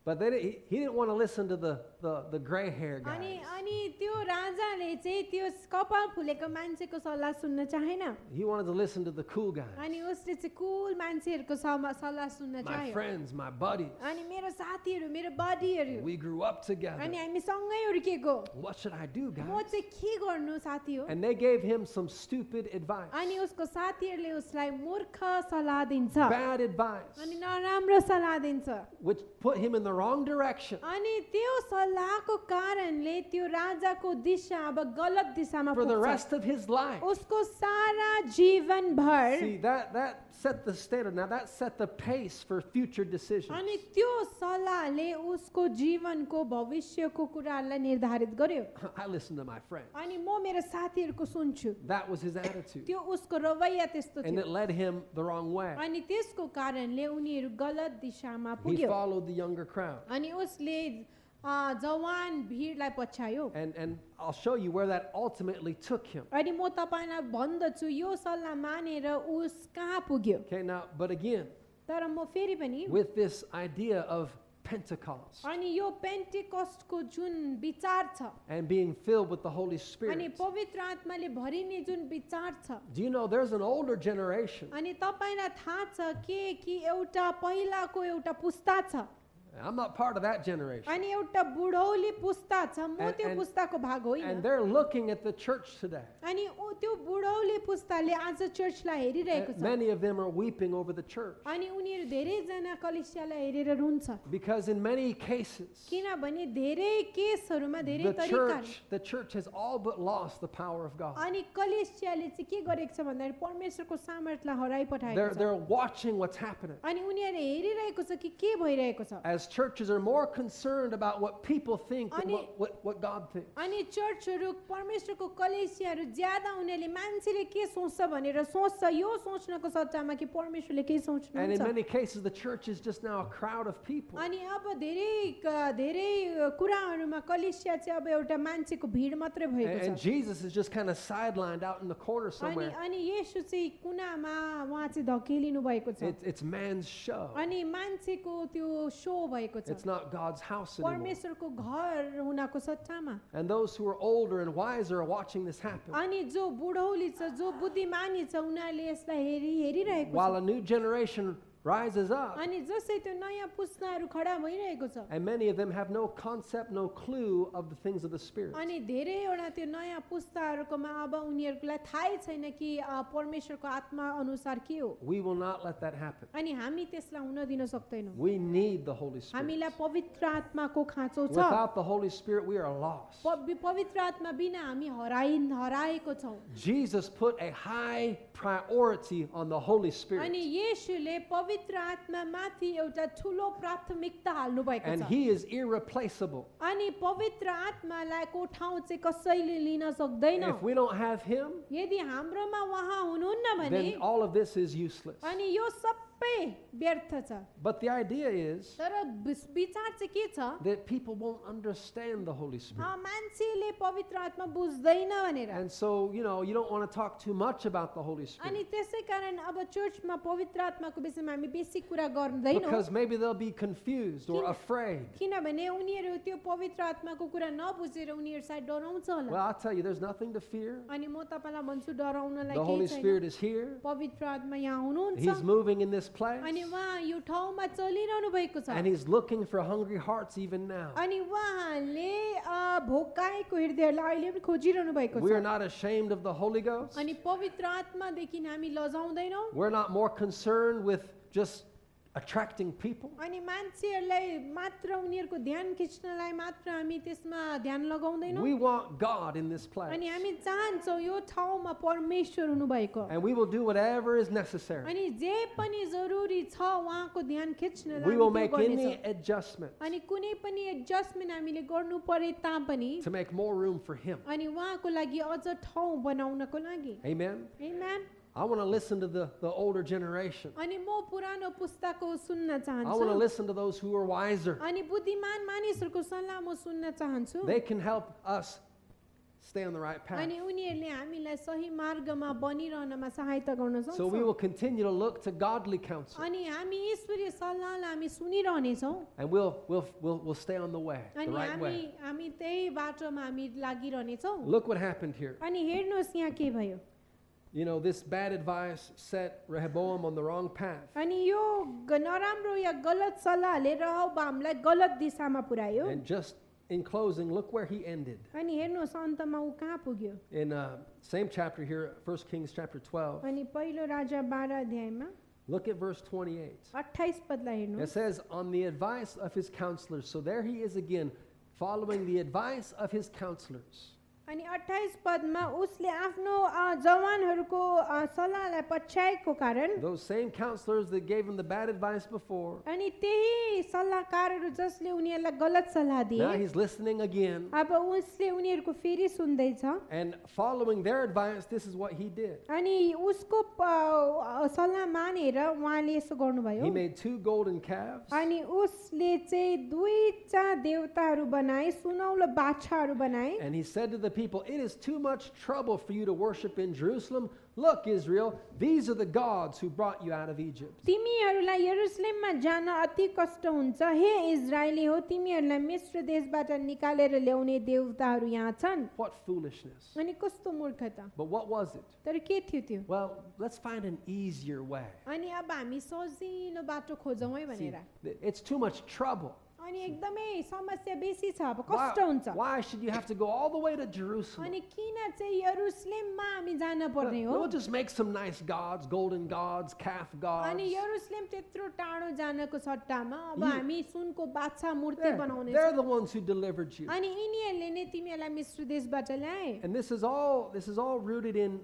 Speaker 1: but they, di- he, he didn't want to listen to the, the, the gray hair guys.
Speaker 2: अनि अनि त्यो राजाले चाहिँ त्यो कपाल फुलेको मान्छेको सल्लाह सुन्न चाहेन
Speaker 1: He wanted to listen to the cool guys,
Speaker 2: अनि उसले चाहिँ कुल मान्छेहरूको सम- सल्लाह
Speaker 1: my
Speaker 2: सुन्न चाह्यो
Speaker 1: friends, my buddies.
Speaker 2: अनि मेरो साथीहरू मेरो बडीहरू
Speaker 1: We grew up together.
Speaker 2: अनि हामी सँगै हुर्किएको
Speaker 1: What should I do,
Speaker 2: म
Speaker 1: guys?
Speaker 2: चाहिँ के गर्नु साथी हो
Speaker 1: And they gave him some stupid advice,
Speaker 2: अनि उसको साथीहरूले उसलाई मूर्ख सल्लाह दिन्छ
Speaker 1: bad advice,
Speaker 2: अनि नराम्रो सल्लाह दिन्छ
Speaker 1: which put him in the wrong direction.
Speaker 2: अनि त्यो सल्लाहको कारणले त्यो राजाको दिशा अब गलत दिशामा
Speaker 1: for the
Speaker 2: पुग्छ
Speaker 1: rest of his life.
Speaker 2: उसको सारा जीवनभर
Speaker 1: See, that, that set the standard. Now, that set the pace for future decisions.
Speaker 2: अनि त्यो सल्लाहले उसको जीवनको भविष्यको कुराहरूलाई निर्धारित गर्यो
Speaker 1: I listen to my friend.
Speaker 2: अनि म मेरो साथीहरूको सुन्छु
Speaker 1: That was his attitude.
Speaker 2: त्यो उसको रवैया त्यस्तो
Speaker 1: And
Speaker 2: थियो
Speaker 1: it led him the wrong way.
Speaker 2: अनि त्यसको कारणले उनीहरू गलत दिशामा
Speaker 1: He
Speaker 2: पुग्यो
Speaker 1: followed the younger crowd.
Speaker 2: अनि उसले अ, जवान भिडलाई पछ्यायो
Speaker 1: And, and I'll show you where that ultimately took him.
Speaker 2: अनि म तपाईँलाई भन्दछु यो सल्लाह मानेर उस कहाँ पुग्यो
Speaker 1: Okay, now, but again,
Speaker 2: तर म फेरि पनि
Speaker 1: with this idea of Pentecost
Speaker 2: अनि यो पेन्टिकस्टको जुन विचार छ
Speaker 1: and being filled with the Holy
Speaker 2: अनि
Speaker 1: Spirit.
Speaker 2: पवित्र आत्माले भरिने जुन विचार छ
Speaker 1: Do you know there's an older generation?
Speaker 2: अनि तपाईँलाई थाहा छ के कि एउटा पहिलाको एउटा पुस्ता छ
Speaker 1: I'm not part of that generation.
Speaker 2: अनि एउटा बुढौली पुस्ता छ म
Speaker 1: And-
Speaker 2: त्यो
Speaker 1: and-
Speaker 2: पुस्ताको भाग
Speaker 1: And
Speaker 2: होइन
Speaker 1: they're looking at the church today.
Speaker 2: अनि ऊ- त्यो बुढौली पुस्ताले आज चर्चलाई हेरिरहेको
Speaker 1: And
Speaker 2: छ
Speaker 1: Many of them are weeping over the church.
Speaker 2: अनि उनीहरू धेरैजना कलिसियालाई हेरेर रुन्छ
Speaker 1: Because in many cases,
Speaker 2: किनभने धेरै केसहरूमा धेरै
Speaker 1: the
Speaker 2: तरिका
Speaker 1: church, the church has all but lost the power of God.
Speaker 2: अनि कलेसियाले चाहिँ के गरेको छ भन्दाखेरि परमेश्वरको
Speaker 1: They're,
Speaker 2: सामर्थ्यलाई हराइपठाएको छ
Speaker 1: they're watching what's happening.
Speaker 2: अनि उनीहरूले हेरिरहेको छ कि के भइरहेको छ
Speaker 1: As churches are more concerned about what people think than
Speaker 2: Ani-
Speaker 1: what, what, what God thinks.
Speaker 2: अनि चर्चहरू परमेश्वरको कलेसियाहरू ज्यादा उनीहरूले मान्छेले के सोच्छ भनेर सोच्छ यो सोच्नको सट्टामा कि परमेश्वरले के
Speaker 1: And in
Speaker 2: सोच्नुहुन्छ
Speaker 1: many cases, the church is just now a crowd of people.
Speaker 2: अनि अब धेरै क- धेरै कुराहरूमा कलेसिया चाहिँ अब एउटा मान्छेको भिड मात्रै
Speaker 1: A-
Speaker 2: भएको
Speaker 1: And
Speaker 2: छ
Speaker 1: Jesus is just kind of sidelined out in the corner
Speaker 2: अनि
Speaker 1: somewhere.
Speaker 2: अनि येशू चाहिँ कुनामा उहाँ चाहिँ धकेलिनु भएको छ
Speaker 1: It's, it's man's show.
Speaker 2: अनि मान्छेको त्यो सो भएको छ
Speaker 1: It's not God's house anymore.
Speaker 2: परमेश्वरको घर हुनको सट्टामा
Speaker 1: And those who are older and wiser are watching this happen.
Speaker 2: अनि जो बुढौली छ जो बुद्धिमानी छ उनीहरूले यसलाई हेरि हेरिरहेको
Speaker 1: While
Speaker 2: छ
Speaker 1: a new generation rises up,
Speaker 2: अनि जसै त्यो नयाँ पुस्ताहरू खडा भइरहेको छ
Speaker 1: and many of them have no concept, no clue of the things of the Spirit.
Speaker 2: अनि धेरैवटा त्यो नयाँ पुस्ताहरूकोमा अब उनीहरूलाई थाहै छैन कि अ, परमेश्वरको आत्मा अनुसार के हो
Speaker 1: We will not let that happen.
Speaker 2: अनि हामी त्यसलाई हुन दिन सक्दैनौँ
Speaker 1: We need the Holy Spirit.
Speaker 2: हामीलाई पवित्र आत्माको खाँचो छ
Speaker 1: Without the Holy Spirit, we are lost.
Speaker 2: पवि- पवित्र आत्मा बिना हामी हराइ हराएको छौँ
Speaker 1: Jesus put a high priority on the Holy
Speaker 2: अनि
Speaker 1: Spirit,
Speaker 2: येशूले पवित्र आत्मामाथि एउटा ठुलो प्राथमिकता हाल्नु भएको
Speaker 1: and
Speaker 2: छ
Speaker 1: He is irreplaceable.
Speaker 2: अनि पवित्र आत्मालाई को ठाउँ चाहिँ कसैले लिन सक्दैन
Speaker 1: If we don't have Him,
Speaker 2: यदि हाम्रोमा उहाँ हुनुहुन्न भने
Speaker 1: then all of this is useless.
Speaker 2: अनि यो सबै व्यर्थ छ
Speaker 1: But the idea is
Speaker 2: तर विस- विचार चाहिँ के छ
Speaker 1: that people won't understand the Holy Spirit.
Speaker 2: अँ, मान्छेले पवित्र आत्मा बुझ्दैन भनेर
Speaker 1: And so, you know, you don't want to talk too much about the Holy
Speaker 2: अनि
Speaker 1: Spirit
Speaker 2: त्यसै कारण अब चर्चमा पवित्र आत्माको विषयमा हामी बेसी कुरा गर्दैनौँ
Speaker 1: because maybe they'll be confused or
Speaker 2: Kin-
Speaker 1: afraid.
Speaker 2: किनभने उनीहरू त्यो पवित्र आत्माको कुरा नबुझेर उनीहरू सायद डराउँछ होला
Speaker 1: Well, I'll tell you, there's nothing to fear.
Speaker 2: अनि म तपाईँलाई भन्छु डराउनलाई
Speaker 1: The Holy
Speaker 2: केही छैन
Speaker 1: Spirit is here.
Speaker 2: पवित्र आत्मा यहाँ हुनुहुन्छ
Speaker 1: He's moving in this this place.
Speaker 3: अनि उहाँ यो ठाउँमा चलिरहनु भएको छ
Speaker 1: And he's looking for hungry hearts even now.
Speaker 2: अनि उहाँले अ, भोकाएको हृदयलाई अहिले पनि खोजिरहनु भएको
Speaker 1: We are
Speaker 2: छ
Speaker 1: not ashamed of the Holy Ghost.
Speaker 3: अनि पवित्र आत्मादेखि हामी लजाउँदैनौँ
Speaker 1: We're not more concerned with just attracting people.
Speaker 2: अनि मान्छेहरूलाई मात्र उनीहरूको ध्यान खिच्नलाई मात्र हामी त्यसमा ध्यान लगाउँदैनौँ
Speaker 1: We want God in this place.
Speaker 2: अनि हामी चाहन्छौँ यो ठाउँमा परमेश्वर हुनुभएको
Speaker 1: And we will do whatever is necessary.
Speaker 2: अनि जे पनि जरुरी छ उहाँको ध्यान खिच्नलाई
Speaker 1: We
Speaker 2: हामी
Speaker 1: will
Speaker 2: त्यो
Speaker 1: make any
Speaker 2: गर्नेछौँ।
Speaker 1: adjustment
Speaker 2: अनि कुनै पनि एडजस्टमेन्ट हामीले गर्नु परे तापनि
Speaker 1: to make more room for Him.
Speaker 2: अनि उहाँको लागि अझ ठाउँ बनाउनको लागि
Speaker 1: Amen.
Speaker 2: Amen.
Speaker 1: I want to listen to the, the older generation.
Speaker 2: अनि म पुरानो पुस्ताको सुन्न
Speaker 1: I want to
Speaker 2: चाहन्छु
Speaker 1: listen to those who are wiser.
Speaker 2: अनि बुद्धिमान मानिसहरूको सल्लाह म सुन्न चाहन्छु
Speaker 1: They can help us stay on the right path.
Speaker 2: अनि उनीहरूले हामीलाई सही मार्गमा बनिरहनमा सहायता गर्न
Speaker 1: So we will
Speaker 2: सक्छ
Speaker 1: continue to look to godly counsel
Speaker 2: अनि हामी ईश्वरीय सल्लाहलाई हामी सुनिरहनेछौँ
Speaker 1: and we'll, we'll, we'll, we'll stay on the way, the
Speaker 2: अनि
Speaker 1: right
Speaker 2: हामी
Speaker 1: way.
Speaker 2: हामी त्यही बाटोमा हामी लागिरहनेछौँ
Speaker 1: Look what happened here.
Speaker 2: अनि हेर्नुहोस् यहाँ के भयो
Speaker 1: You know, this bad advice set Rehoboam on the wrong path.
Speaker 2: अनि यो ग- नराम्रो या गलत सल्लाहले रहबामलाई गलत दिशामा पुर्यायो
Speaker 1: And just in closing, look where he ended.
Speaker 2: अनि हेर्नुहोस् अन्तमा ऊ कहाँ पुग्यो
Speaker 1: In uh, same chapter here, 1 Kings chapter 12,
Speaker 2: अनि पहिलो राजा बाह्र अध्यायमा
Speaker 1: look at verse 28.
Speaker 2: अठाइस पदलाई
Speaker 1: It
Speaker 2: हेर्नुहोस्
Speaker 1: says, on the advice of his counselors. So there he is again, following the advice of his counselors.
Speaker 2: अनि अठाइस पदमा उसले आफ्नो अ, जवानहरूको अ, सल्लाहलाई पछ्याएको कारण
Speaker 1: Those same counselors that gave him the bad advice before,
Speaker 2: अनि त्यही सल्लाहकारहरू जसले उनीहरूलाई गलत सल्लाह
Speaker 1: now
Speaker 2: दिए
Speaker 1: he's listening again.
Speaker 2: अब उसले उनीहरूको फेरि सुन्दैछ
Speaker 1: And following their advice, this is what he did.
Speaker 2: अनि उसको प- अ, सल्लाह मानेर उहाँले यसो
Speaker 1: He
Speaker 2: गर्नुभयो
Speaker 1: made two golden calves
Speaker 2: अनि उसले चाहिँ दुईटा देवताहरू बनाए सुनौलो बाछाहरू बनाए
Speaker 1: And he said to the people, It is too much trouble for you to worship in Jerusalem. Look, Israel, these are the gods who brought you out of Egypt.
Speaker 2: तिमीहरूलाई यरुसलेममा जान अति कष्ट हुन्छ हे इजरायली हो तिमीहरूलाई मिश्र देशबाट निकालेर ल्याउने देवताहरू यहाँ छन्
Speaker 1: What foolishness.
Speaker 2: अनि कस्तो मूर्खता
Speaker 1: But what was it?
Speaker 2: तर के थियो त्यो
Speaker 1: Well, let's find an easier way.
Speaker 2: अनि अब हामी सजिलो बाटो खोजौँ है
Speaker 1: See,
Speaker 2: भनेर
Speaker 1: th- it's too much trouble.
Speaker 2: अनि एकदमै समस्या बेसी छ अब
Speaker 1: Why,
Speaker 2: कष्ट हुन्छ
Speaker 1: why should you have to go all the way to Jerusalem?
Speaker 2: अनि किन चाहिँ यरुसलेममा हामी जान
Speaker 1: Well,
Speaker 2: पर्ने हो
Speaker 1: We'll just make some nice gods, golden gods, calf gods.
Speaker 2: अनि यरुसलेम त्यत्रो टाढो जानको सट्टामा अब
Speaker 1: You-
Speaker 2: हामी सुनको बाछा मूर्ति
Speaker 1: They're,
Speaker 2: बनाउने
Speaker 1: they're the ones who delivered you.
Speaker 2: अनि यिनीहरूले नै तिमीहरूलाई मिश्र देशबाट ल्याए
Speaker 1: And this is all this is all rooted in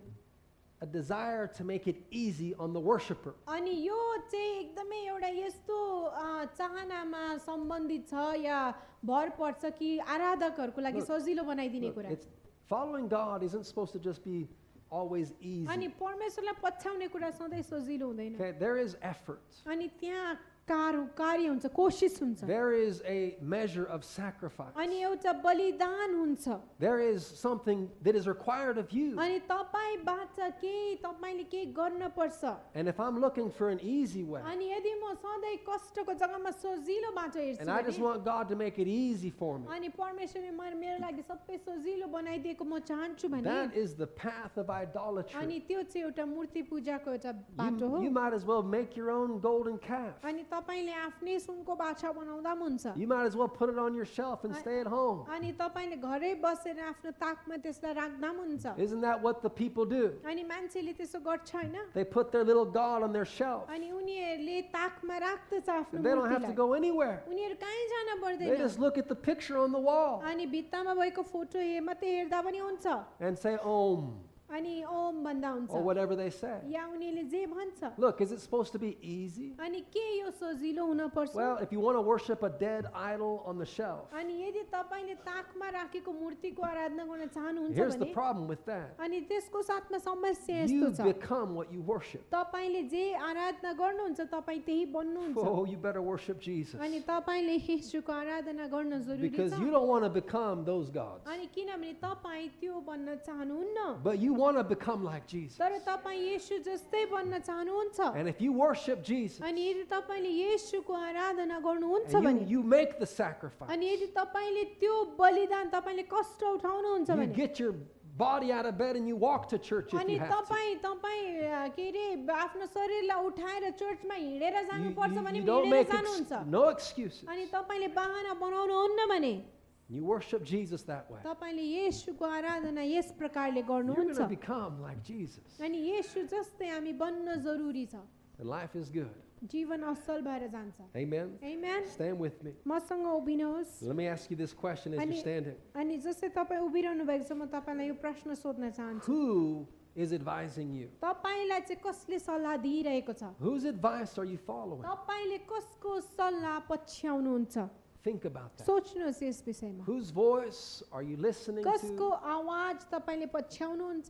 Speaker 1: a desire to make it easy on the worshiper.
Speaker 2: अनि यो चाहिँ एकदमै एउटा यस्तो अ, चाहनामा सम्बन्धित छ या भर पर्छ कि आराधकहरूको लागि
Speaker 1: Look,
Speaker 2: सजिलो बनाइदिने
Speaker 1: Look,
Speaker 2: कुरा
Speaker 1: it's following God isn't supposed to just be always easy.
Speaker 2: अनि परमेश्वरलाई पछ्याउने कुरा सधैँ सजिलो हुँदैन
Speaker 1: Okay, there is effort.
Speaker 2: अनि त्यहाँ कार कार्य हुन्छ कोसिस हुन्छ
Speaker 1: There is a measure of sacrifice.
Speaker 2: अनि एउटा बलिदान हुन्छ
Speaker 1: There is something that is required of you.
Speaker 2: अनि तपाईँबाट केही तपाईँले केही गर्न पर्छ
Speaker 1: And if I'm looking for an easy way,
Speaker 2: अनि यदि म सधैँ कष्टको जग्गामा सजिलो बाटो हेर्छु
Speaker 1: and I just
Speaker 2: भने-
Speaker 1: want God to make it easy for me,
Speaker 2: अनि परमेश्वरले म- मेरो लागि सबै सजिलो बनाइदिएको म चाहन्छु भने
Speaker 1: that is the path of
Speaker 2: अनि
Speaker 1: idolatry.
Speaker 2: त्यो चाहिँ एउटा मूर्ति पूजाको एउटा बाटो हो
Speaker 1: You, you might as well make your own golden calf.
Speaker 2: अनि तपाईँले आफ्नै सुनको बाछा बनाउँदा पनि हुन्छ
Speaker 1: You might as well put it on your shelf and
Speaker 2: I-
Speaker 1: stay at home.
Speaker 2: अनि तपाईँले घरै बसेर आफ्नो ताकमा त्यसलाई राख्दा पनि हुन्छ
Speaker 1: Isn't that what the people do?
Speaker 2: अनि मान्छेले त्यसो गर्छ होइन
Speaker 1: They put their little god on their shelf.
Speaker 2: अनि उनीहरूले ताकमा राख्दछ आफ्नो
Speaker 1: And they don't have to
Speaker 2: मूर्तिलाई।
Speaker 1: go anywhere.
Speaker 2: उनीहरू कहीँ जान
Speaker 1: They
Speaker 2: पर्दैन
Speaker 1: just look at the picture on the wall
Speaker 2: अनि भित्तामा भएको फोटो हे मात्रै हेर्दा पनि हुन्छ
Speaker 1: and say Om
Speaker 2: अनि ओम भन्दा हुन्छ
Speaker 1: or whatever they say.
Speaker 2: या उनीहरूले जे भन्छ
Speaker 1: Look, is it supposed to be easy?
Speaker 2: अनि के यो सजिलो हुन पर्छ
Speaker 1: Well, if you want to worship a dead idol on the shelf,
Speaker 2: अनि यदि तपाईँले ताकमा राखेको मूर्तिको आराधना गर्न चाहनुहुन्छ
Speaker 1: here's the
Speaker 2: भने
Speaker 1: problem with that.
Speaker 2: अनि त्यसको साथमा समस्या यस्तो
Speaker 1: You
Speaker 2: छ
Speaker 1: become what you worship.
Speaker 2: तपाईँले जे आराधना गर्नुहुन्छ तपाईँ त्यही बन्नुहुन्छ
Speaker 1: Oh, you better worship Jesus.
Speaker 2: अनि तपाईँले यीशुको आराधना गर्न जरुरी
Speaker 1: Because
Speaker 2: छ
Speaker 1: you don't want to become those gods.
Speaker 2: अनि किनभने तपाईँ त्यो बन्न चाहनुहुन्न
Speaker 1: But you want to become like Jesus.
Speaker 2: तर तपाईँ येसु जस्तै बन्न चाहनुहुन्छ
Speaker 1: And if you worship Jesus,
Speaker 2: अनि यदि तपाईँले येसुको आराधना गर्नुहुन्छ
Speaker 1: and
Speaker 2: भने
Speaker 1: you, you make the sacrifice,
Speaker 2: अनि यदि तपाईँले त्यो बलिदान तपाईँले कष्ट उठाउनुहुन्छ
Speaker 1: you
Speaker 2: भने
Speaker 1: get your body out of bed and you walk to church if
Speaker 2: अनि
Speaker 1: you have to.
Speaker 2: तपाईँ तपाईँ अ, के अरे आफ्नो शरीरलाई उठाएर चर्चमा हिँडेर
Speaker 1: You,
Speaker 2: जानुपर्छ
Speaker 1: you,
Speaker 2: भने
Speaker 1: you don't
Speaker 2: हिँडेर
Speaker 1: make ex-
Speaker 2: जानुहुन्छ
Speaker 1: no excuses.
Speaker 2: अनि तपाईँले बाहना बनाउनुहुन्न भने
Speaker 1: You worship Jesus that way.
Speaker 2: तपाईँले येसुको आराधना यस प्रकारले
Speaker 1: You're going
Speaker 2: गर्नुहुन्छ
Speaker 1: to become like Jesus.
Speaker 2: अनि येसु जस्तै हामी बन्न जरुरी छ
Speaker 1: And life is good.
Speaker 2: जीवन असल भएर जान्छ
Speaker 1: Amen.
Speaker 2: Amen.
Speaker 1: Stand with me.
Speaker 2: मसँग उभिनुहोस्
Speaker 1: Let me ask you this question as
Speaker 2: Ani-
Speaker 1: you're standing.
Speaker 2: अनि जस्तै तपाईँ उभिरहनु भएको छ म तपाईँलाई यो प्रश्न सोध्न चाहन्छु
Speaker 1: Who is advising you?
Speaker 2: तपाईँलाई चाहिँ कसले सल्लाह दिइरहेको छ
Speaker 1: Whose advice are you following?
Speaker 2: तपाईँले कसको सल्लाह पछ्याउनुहुन्छ
Speaker 1: Think about that.
Speaker 2: सोच्नुहोस् यस विषयमा
Speaker 1: Whose voice are you listening
Speaker 2: कसको
Speaker 1: to?
Speaker 2: आवाज तपाईँले पछ्याउनुहुन्छ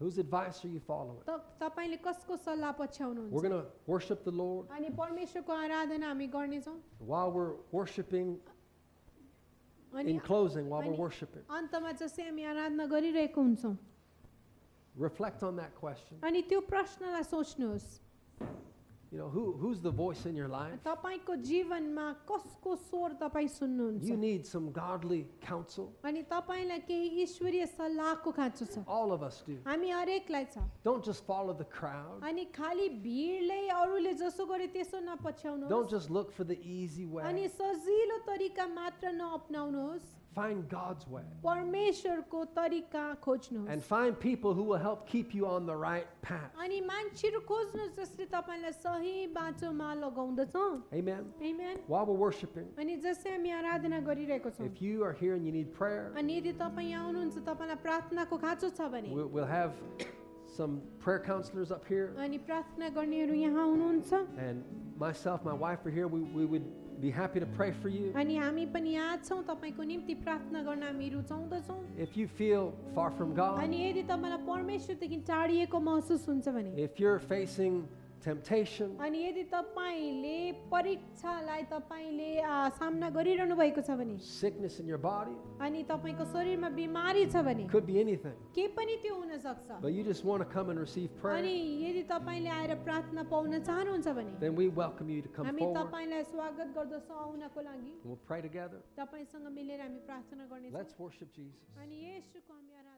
Speaker 1: Whose advice are you following?
Speaker 2: त- तपाईँले कसको सल्लाह
Speaker 1: We're
Speaker 2: पछ्याउनुहुन्छ
Speaker 1: going to worship the Lord.
Speaker 2: अनि परमेश्वरको आराधना हामी गर्नेछौँ
Speaker 1: While we're worshiping,
Speaker 2: अनि
Speaker 1: in closing, while we're
Speaker 2: Ani-
Speaker 1: worshiping,
Speaker 2: अन्तमा जस्तै हामी आराधना गरिरहेको हुन्छौँ
Speaker 1: reflect on that question.
Speaker 2: अनि त्यो प्रश्नलाई सोच्नुहोस्
Speaker 1: You know, who, who's the voice in your life?
Speaker 2: तपाईँको जीवनमा कसको स्वर तपाईँ सुन्नुहुन्छ
Speaker 1: You need some godly counsel.
Speaker 2: अनि तपाईँलाई केही ईश्वरीय सल्लाहको खाँचो छ
Speaker 1: All of us do.
Speaker 2: हामी हरेकलाई छ
Speaker 1: Don't just follow the crowd.
Speaker 2: अनि खालि भिडले अरूले जसो गरे त्यसो नपछ्याउनु
Speaker 1: Don't just look for the easy
Speaker 2: अनि
Speaker 1: way.
Speaker 2: सजिलो तरिका मात्र नअप्नाउनुहोस्
Speaker 1: Find God's way.
Speaker 2: परमेश्वरको तरिका
Speaker 1: And
Speaker 2: खोज्नुहोस्
Speaker 1: find people who will help keep you on the right path.
Speaker 2: अनि मान्छेहरू खोज्नुहोस् जसले तपाईँलाई सही बाँचोमा लगाउँदछ
Speaker 1: Amen.
Speaker 2: Amen.
Speaker 1: While we're worshiping,
Speaker 2: अनि जसै हामी आराधना गरिरहेको छौँ
Speaker 1: if you are here and you need prayer,
Speaker 2: अनि यदि तपाईँ यहाँ आउनुहुन्छ तपाईँलाई प्रार्थनाको खाँचो छ भने
Speaker 1: we'll, we'll have some prayer counselors up here.
Speaker 2: अनि प्रार्थना गर्नेहरू यहाँ हुनुहुन्छ
Speaker 1: And myself, my wife are here. We, we would be happy to pray for you.
Speaker 2: अनि हामी पनि यहाँ छौँ तपाईँको निम्ति प्रार्थना गर्न हामी रुचाउँदछौँ
Speaker 1: If you feel far from God,
Speaker 2: अनि यदि तपाईँलाई परमेश्वरदेखि टाढिएको महसुस हुन्छ भने
Speaker 1: if you're facing temptation,
Speaker 2: अनि यदि तपाईँले परीक्षालाई तपाईँले आ, सामना गरिरहनु भएको छ भने
Speaker 1: sickness in your body,
Speaker 2: अनि तपाईँको शरीरमा बिमारी छ भने
Speaker 1: could be anything,
Speaker 2: के पनि त्यो हुन सक्छ
Speaker 1: but you just want to come and receive prayer,
Speaker 2: अनि यदि तपाईँले आएर प्रार्थना पाउन चाहनुहुन्छ भने
Speaker 1: then we welcome you to come
Speaker 2: हामी
Speaker 1: forward.
Speaker 2: तपाईँलाई स्वागत गर्दछौँ आउनको लागि
Speaker 1: We'll pray together.
Speaker 2: तपाईँसँग मिलेर हामी प्रार्थना गर्नेछौँ
Speaker 1: Let's worship Jesus.
Speaker 2: अनि यसुको हामी आराधना